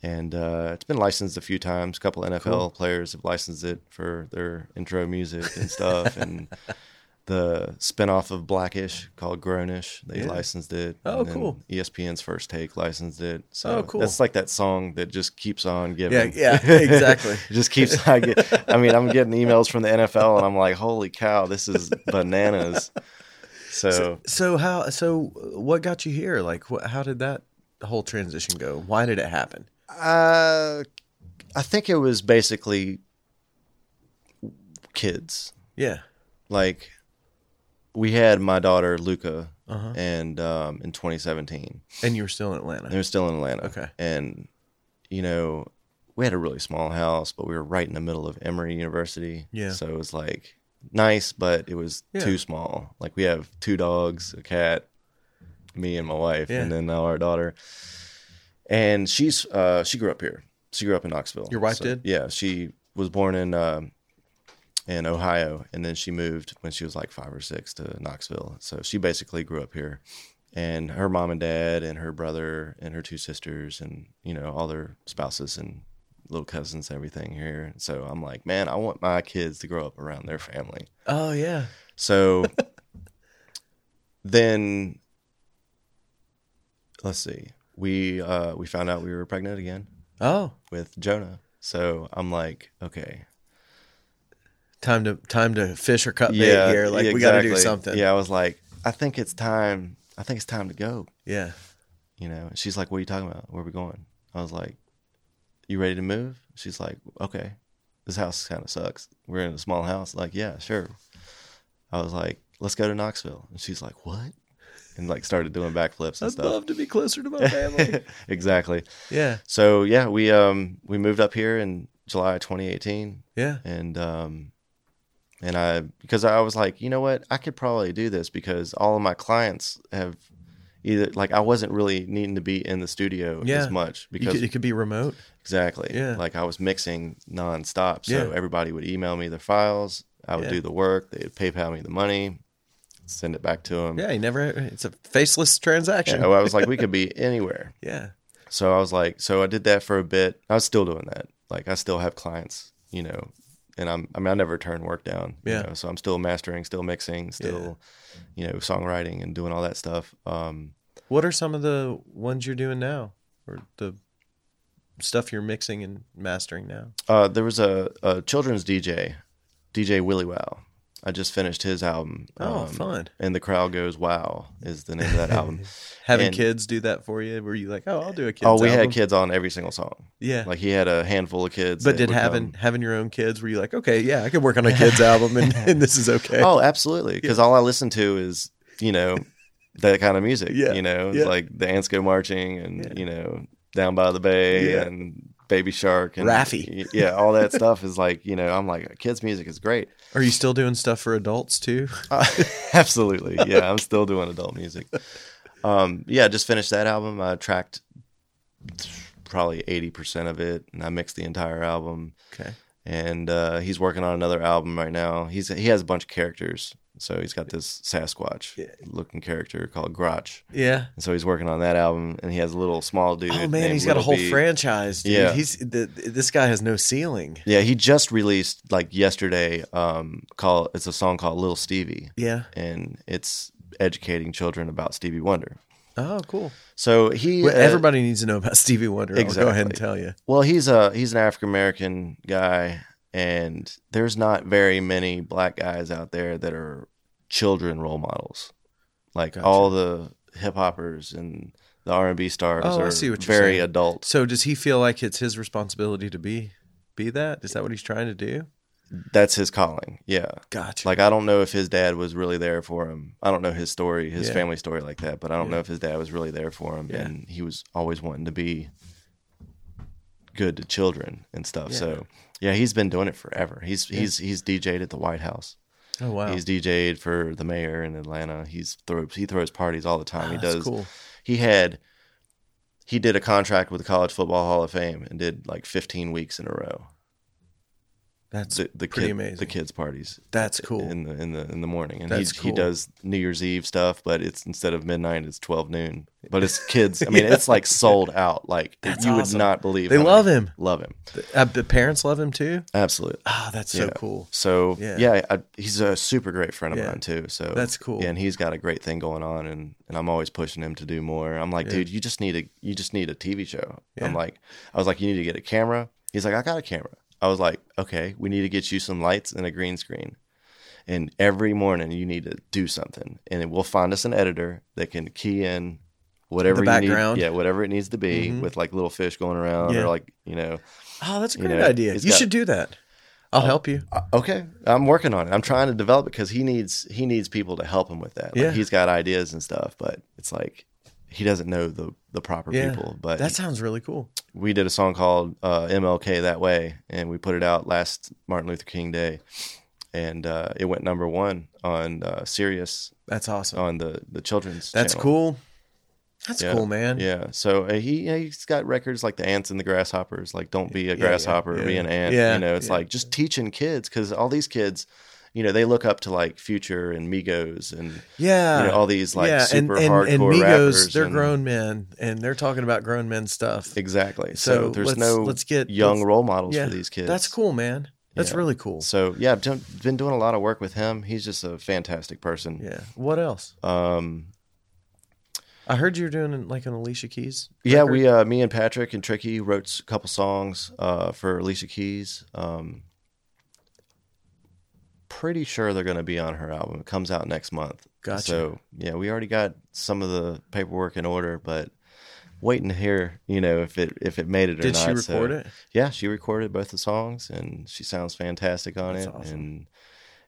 B: and uh, it's been licensed a few times. A couple NFL players have licensed it for their intro music and stuff. and
C: [laughs]
B: the spinoff of Blackish called Grownish, they
C: Yeah.
B: licensed it.
C: Oh,
B: and then E
C: cool.
B: ESPN's First Take licensed it. So
C: Oh, cool.
B: That's like that song that just keeps
C: Yeah.
B: on giving.
C: Yeah.
B: [laughs]
C: Exactly.
B: It just keeps. I get. I mean, I'm getting emails from the NFL, and I'm like, "Holy cow, this is bananas!" So,
C: [laughs] so how? So what got you here? Like, what, how did that whole transition go? Why did it happen?
B: uh, I think it was basically kids.
C: Yeah.
B: like we had my daughter Luca
C: Uh-huh.
B: and um in 2017.
C: And you were still in
B: They
C: Atlanta.
B: were still in Atlanta.
C: Okay.
B: And you know, we had a really small house, but we were right in the middle of Emory University.
C: Yeah.
B: So it was like nice, but it was
C: Yeah.
B: too small. Like we have two dogs, a cat, me and my wife,
C: Yeah.
B: and then now our daughter. And she's uh she grew up here. She grew up in Knoxville.
C: Your wife did?
B: Yeah, she was born in um in Ohio, and then she moved when she was like five or six to Knoxville. So she basically grew up here, and her mom and dad, and her brother, and her two sisters, and you know all their spouses and little cousins, everything here. So I'm like, man, I want my kids to grow up around their family.
C: Oh yeah. [laughs]
B: So then, let's see, we uh, we found out we were pregnant again
C: Oh,
B: with Jonah. So I'm like, okay,
C: time to time to fish or cut bait here. Like
B: yeah,
C: we got to do
B: exactly.
C: something.
B: Yeah, I was like, I think it's time. I think it's time to go.
C: Yeah.
B: you know. She's like, "What are you talking about? Where are we going?" I was like, "You ready to move?" She's like, "Okay." This house kind of sucks. We're in a small house. Like, yeah, sure. I was like, "Let's go to Knoxville," and she's like, "What?" And like started doing backflips and
A: I'd
B: stuff.
A: love to be closer
B: [laughs]
A: to my family.
B: exactly.
A: yeah,
B: So yeah, we um we moved up here in July 2018
A: yeah,
B: and um and I because I was like, you know what, I could probably do this because all of my clients have either like I wasn't really needing to be in the studio
A: Yeah.
B: as much
A: you
B: because
A: could, it could be remote.
B: exactly
A: Yeah.
B: like I was mixing nonstop. So
A: Yeah.
B: everybody would email me their files, I would
A: Yeah.
B: do the work, they'd PayPal me the money, send it back to them.
A: Yeah, you never. It's a faceless transaction.
B: I was like, we could be anywhere.
A: yeah.
B: So I was like, so I did that for a bit. I was still doing that. Like I still have clients, you know, and I'm I mean I never turn work down. you
A: Yeah.
B: know, so I'm still mastering, still mixing, still, you know, songwriting and doing all that stuff. Um,
A: What are some of the ones you're doing now, or the stuff you're mixing and mastering now?
B: uh, there was a, a children's DJ, DJ Willie Wow. I just finished his album.
A: Oh,
B: um,
A: fun!
B: And the crowd goes wow is the name of
A: [laughs]
B: that album.
A: Having
B: and-
A: kids do that for you? Were you like, oh, I'll do a kids?
B: oh, we
A: album.
B: had kids on every single song.
A: Yeah.
B: Like he had a handful of kids.
A: but
B: that
A: did
B: would
A: having
B: come-
A: having your own kids? Were you like, okay, yeah, I could work on a
B: [laughs]
A: kids album, and, and this is [laughs] okay?
B: Oh, absolutely. Because all I listen to is, you know, that kind of music.
A: Yeah.
B: You know, it's
A: Yeah.
B: like the ants go marching and,
A: Yeah.
B: you know, down by the bay
A: Yeah.
B: and baby shark and
A: Raffi.
B: y- Yeah. All
A: [laughs]
B: that stuff is like, you know, I'm like, kids' music is great.
A: Are you still doing stuff for adults
B: [laughs]
A: too?
B: Uh, absolutely. Yeah. I'm still doing adult music. Um, yeah. Just finished that album. I tracked probably 80% of it and I mixed the entire album
A: Okay.
B: and uh, he's working on another album right now. He's he has a bunch of characters, so he's got this Sasquatch
A: Yeah.
B: looking character called Grotch,
A: Yeah.
B: and so he's working on that album. And he has a little small dude.
A: Oh man,
B: named
A: he's got a
B: Little
A: whole
B: B.
A: franchise. Dude.
B: Yeah.
A: He's the, this guy has no ceiling.
B: Yeah, he just released like yesterday. Um, call it's a song called Little Stevie,
A: Yeah.
B: and it's educating children about Stevie Wonder.
A: Oh, cool.
B: So he
A: Well,
B: uh,
A: everybody needs to know about [laughs] Stevie Wonder. I'll go ahead and
B: Exactly.
A: tell you.
B: Well, he's a he's an African American guy, and there's not very many black guys out there that are children role models. Like
A: Gotcha.
B: all the hip hoppers and the R and B stars
A: Oh, I
B: are
A: see what you're
B: very
A: saying.
B: adult.
A: So does he feel like it's his responsibility to be be that? Is that what he's trying to do?
B: That's his calling. Yeah.
A: Gotcha.
B: Like I don't know if his dad was really there for him. I don't know his story, his
A: Yeah.
B: family story like that, but I don't
A: Yeah.
B: know if his dad was really there for him
A: Yeah.
B: and he was always wanting to be good to children and stuff.
A: Yeah.
B: So yeah, he's been doing it forever. He's he's he's DJ'd at the White House.
A: oh wow.
B: He's DJ'd for the mayor in Atlanta. He's throws he throws parties all the time.
A: Oh,
B: he
A: that's
B: does.
A: cool.
B: He had he did a contract with the College Football Hall of Fame and did like 15 weeks in a row.
A: That's
B: The, the
A: pretty
B: kid-
A: amazing.
B: The kids parties
A: that's cool.
B: in the in the in the morning, and
A: That's
B: he
A: cool.
B: he does New Year's Eve stuff, but it's instead of midnight, it's 12 noon.
A: [laughs]
B: But it's kids. I mean, it's like sold out. Like
A: That's
B: you
A: awesome.
B: would not believe.
A: They
B: how
A: love
B: many-
A: him.
B: Love him.
A: Uh, the parents love him too.
B: Absolutely.
A: Ah, that's
B: You
A: so
B: know,
A: cool.
B: So
A: Yeah.
B: yeah, I, he's a super great friend of
A: Yeah.
B: mine too. So
A: That's cool.
B: Yeah, and he's got a great thing going on, and and I'm always pushing him to do more. I'm like,
A: Yeah.
B: dude, you just need a you just need a TV show.
A: Yeah.
B: I'm like, I was like, you need to get a camera. He's like, I got a camera. I was like, okay, we need to get you some lights and a green screen. And every morning you need to do something, and then we'll find us an editor that can key in whatever
A: The
B: you need-
A: background. Mm-hmm.
B: yeah, whatever it needs to be, with like little fish going around
A: Yeah.
B: or like you know,
A: Oh, that's a
B: you
A: great
B: know,
A: idea.
B: he's
A: You
B: got-
A: should do that. I'll help you.
B: Uh, okay i'm working on it i'm trying to develop it because he needs he needs people to help him with that like,
A: Yeah.
B: he's got ideas and stuff but it's like he doesn't know the the proper
A: Yeah.
B: people but
A: That sounds really cool.
B: we did a song called uh, mlk that way and we put it out last martin luther king day and uh, it went number one on uh, sirius
A: That's awesome.
B: on the the children's
A: That's
B: channel.
A: cool. That's
B: Oh, Yeah.
A: cool, man.
B: yeah so uh, he you know, he's got records like the ants and the grasshoppers like don't be a
A: yeah,
B: grasshopper
A: yeah.
B: be an ant
A: Yeah,
B: you know it's
A: yeah.
B: like just teaching kids because all these kids you know they look up to like future and migos and
A: Ah, Yeah.
B: you know, all these like super hardcore
A: and Migos,
B: rappers
A: they're
B: and-
A: grown men, and they're talking about grown men stuff.
B: exactly so,
A: So
B: there's
A: let's-
B: no
A: let's get-
B: young
A: let's-
B: role models
A: yeah,
B: for these kids
A: That's cool, man. That's
B: Yeah.
A: really cool.
B: so yeah i've done, been doing a lot of work with him he's just a fantastic person
A: Yeah. What else?
B: um
A: I heard you were doing like an Alicia Keys.
B: Yeah,
A: record.
B: we uh, me and Patrick and Tricky wrote s- a couple songs uh, for Alicia Keys. Um, pretty sure they're going to be on her album. It comes out next month.
A: Gotcha.
B: So yeah, we already got some of the paperwork in order, but waiting to hear, you know, if it if it made it or
C: Did
B: not.
C: she record it?
B: Yeah, she recorded both the songs, and she sounds fantastic on
C: That's
B: it.
C: awesome.
B: And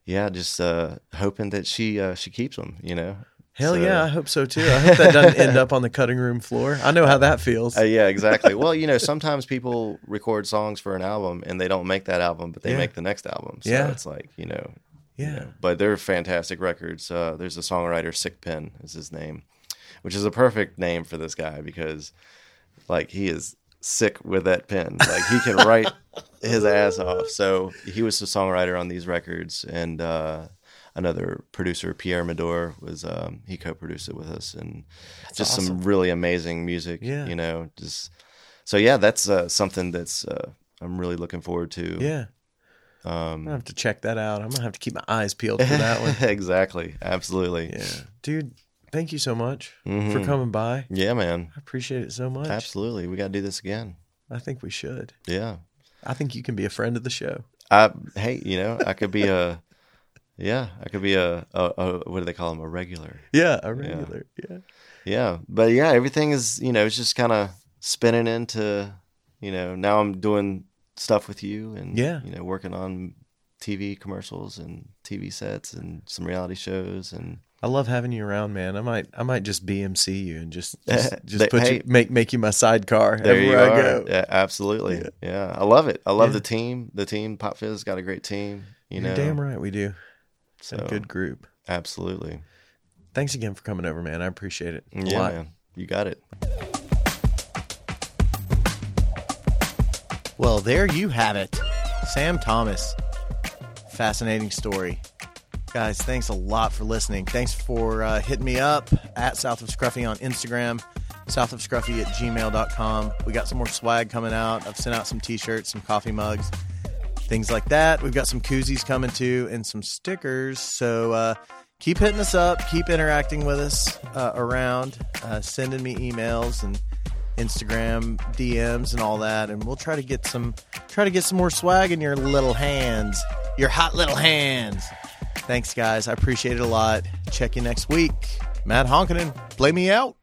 B: yeah, just uh, hoping that she uh, she keeps them. You know.
C: Hell
B: So-
C: yeah, I hope so too. I hope that doesn't
B: [laughs]
C: end up on the cutting room floor. I know how that feels.
B: Uh, yeah, exactly.
C: [laughs]
B: well, you know, sometimes people record songs for an album and they don't make that album, but they
C: Yeah.
B: make the next album. So
C: Yeah.
B: it's like, you know, you
C: yeah.
B: know, but they're fantastic records. Uh, there's a songwriter, Sick Pen is his name, which is a perfect name for this guy because, like, he is sick with that pen. Like, he can write
C: [laughs]
B: his ass off. So he was the songwriter on these records, and uh, another producer, Pierre Medor, was um, he co-produced it with us, and just some really amazing music.
C: Yeah.
B: you know, just so yeah, that's uh, something that's uh, I'm really looking forward to.
C: Yeah. I'm
B: Um,
C: gonna have to check that out. I'm gonna have to keep my eyes peeled for that
B: [laughs]
C: one.
B: exactly. Absolutely.
C: Yeah. Dude, thank you so much for
B: Mhm.
C: coming by.
B: Yeah, man.
C: I appreciate it so much.
B: Absolutely. We got to do this again.
C: I think we should.
B: Yeah.
C: I think you can be a friend of the show.
B: I hey, you know, I could be a [laughs] yeah, I could be a, a, a what do they call them? A regular.
C: Yeah, a regular. Yeah.
B: Yeah. But yeah, everything is, you know, it's just kind of spinning into, you know, now I'm doing stuff with you and
C: Yeah.
B: you know, working on TV commercials and TV sets and some reality shows and
C: I love having you around, man. I might I might just BMC you and
B: [laughs]
C: just just, just
B: They-
C: put
B: hey.
C: you make make you my sidecar
B: There you
C: everywhere I
B: are.
C: go.
B: Yeah, absolutely. Yeah. I love it. I love
C: Yeah.
B: the team. The team Pop Fizz got a great team, you
C: You
B: know.
C: are damn right we do. It's
B: so,
C: a good group.
B: Absolutely.
C: Thanks again for coming over, man. I appreciate it. A
B: yeah,
C: lot.
B: man. You got it.
A: Well, there you have it. Sam Thomas. Fascinating story. Guys, thanks a lot for listening. Thanks for uh, hitting me up at South of Scruffy on Instagram, south of Scruffy at gmail.com. We got some more swag coming out. I've sent out some t shirts, some coffee mugs, things like that. We've got some koozies coming too and some stickers. So uh, keep hitting us up, keep interacting with us uh, around, uh, sending me emails and Instagram DMs and all that, and we'll try to get some try to get some more swag in your little hands, your hot little hands. Thanks, guys. I appreciate it a lot. Check you next week. Matt Honkinen, play me out.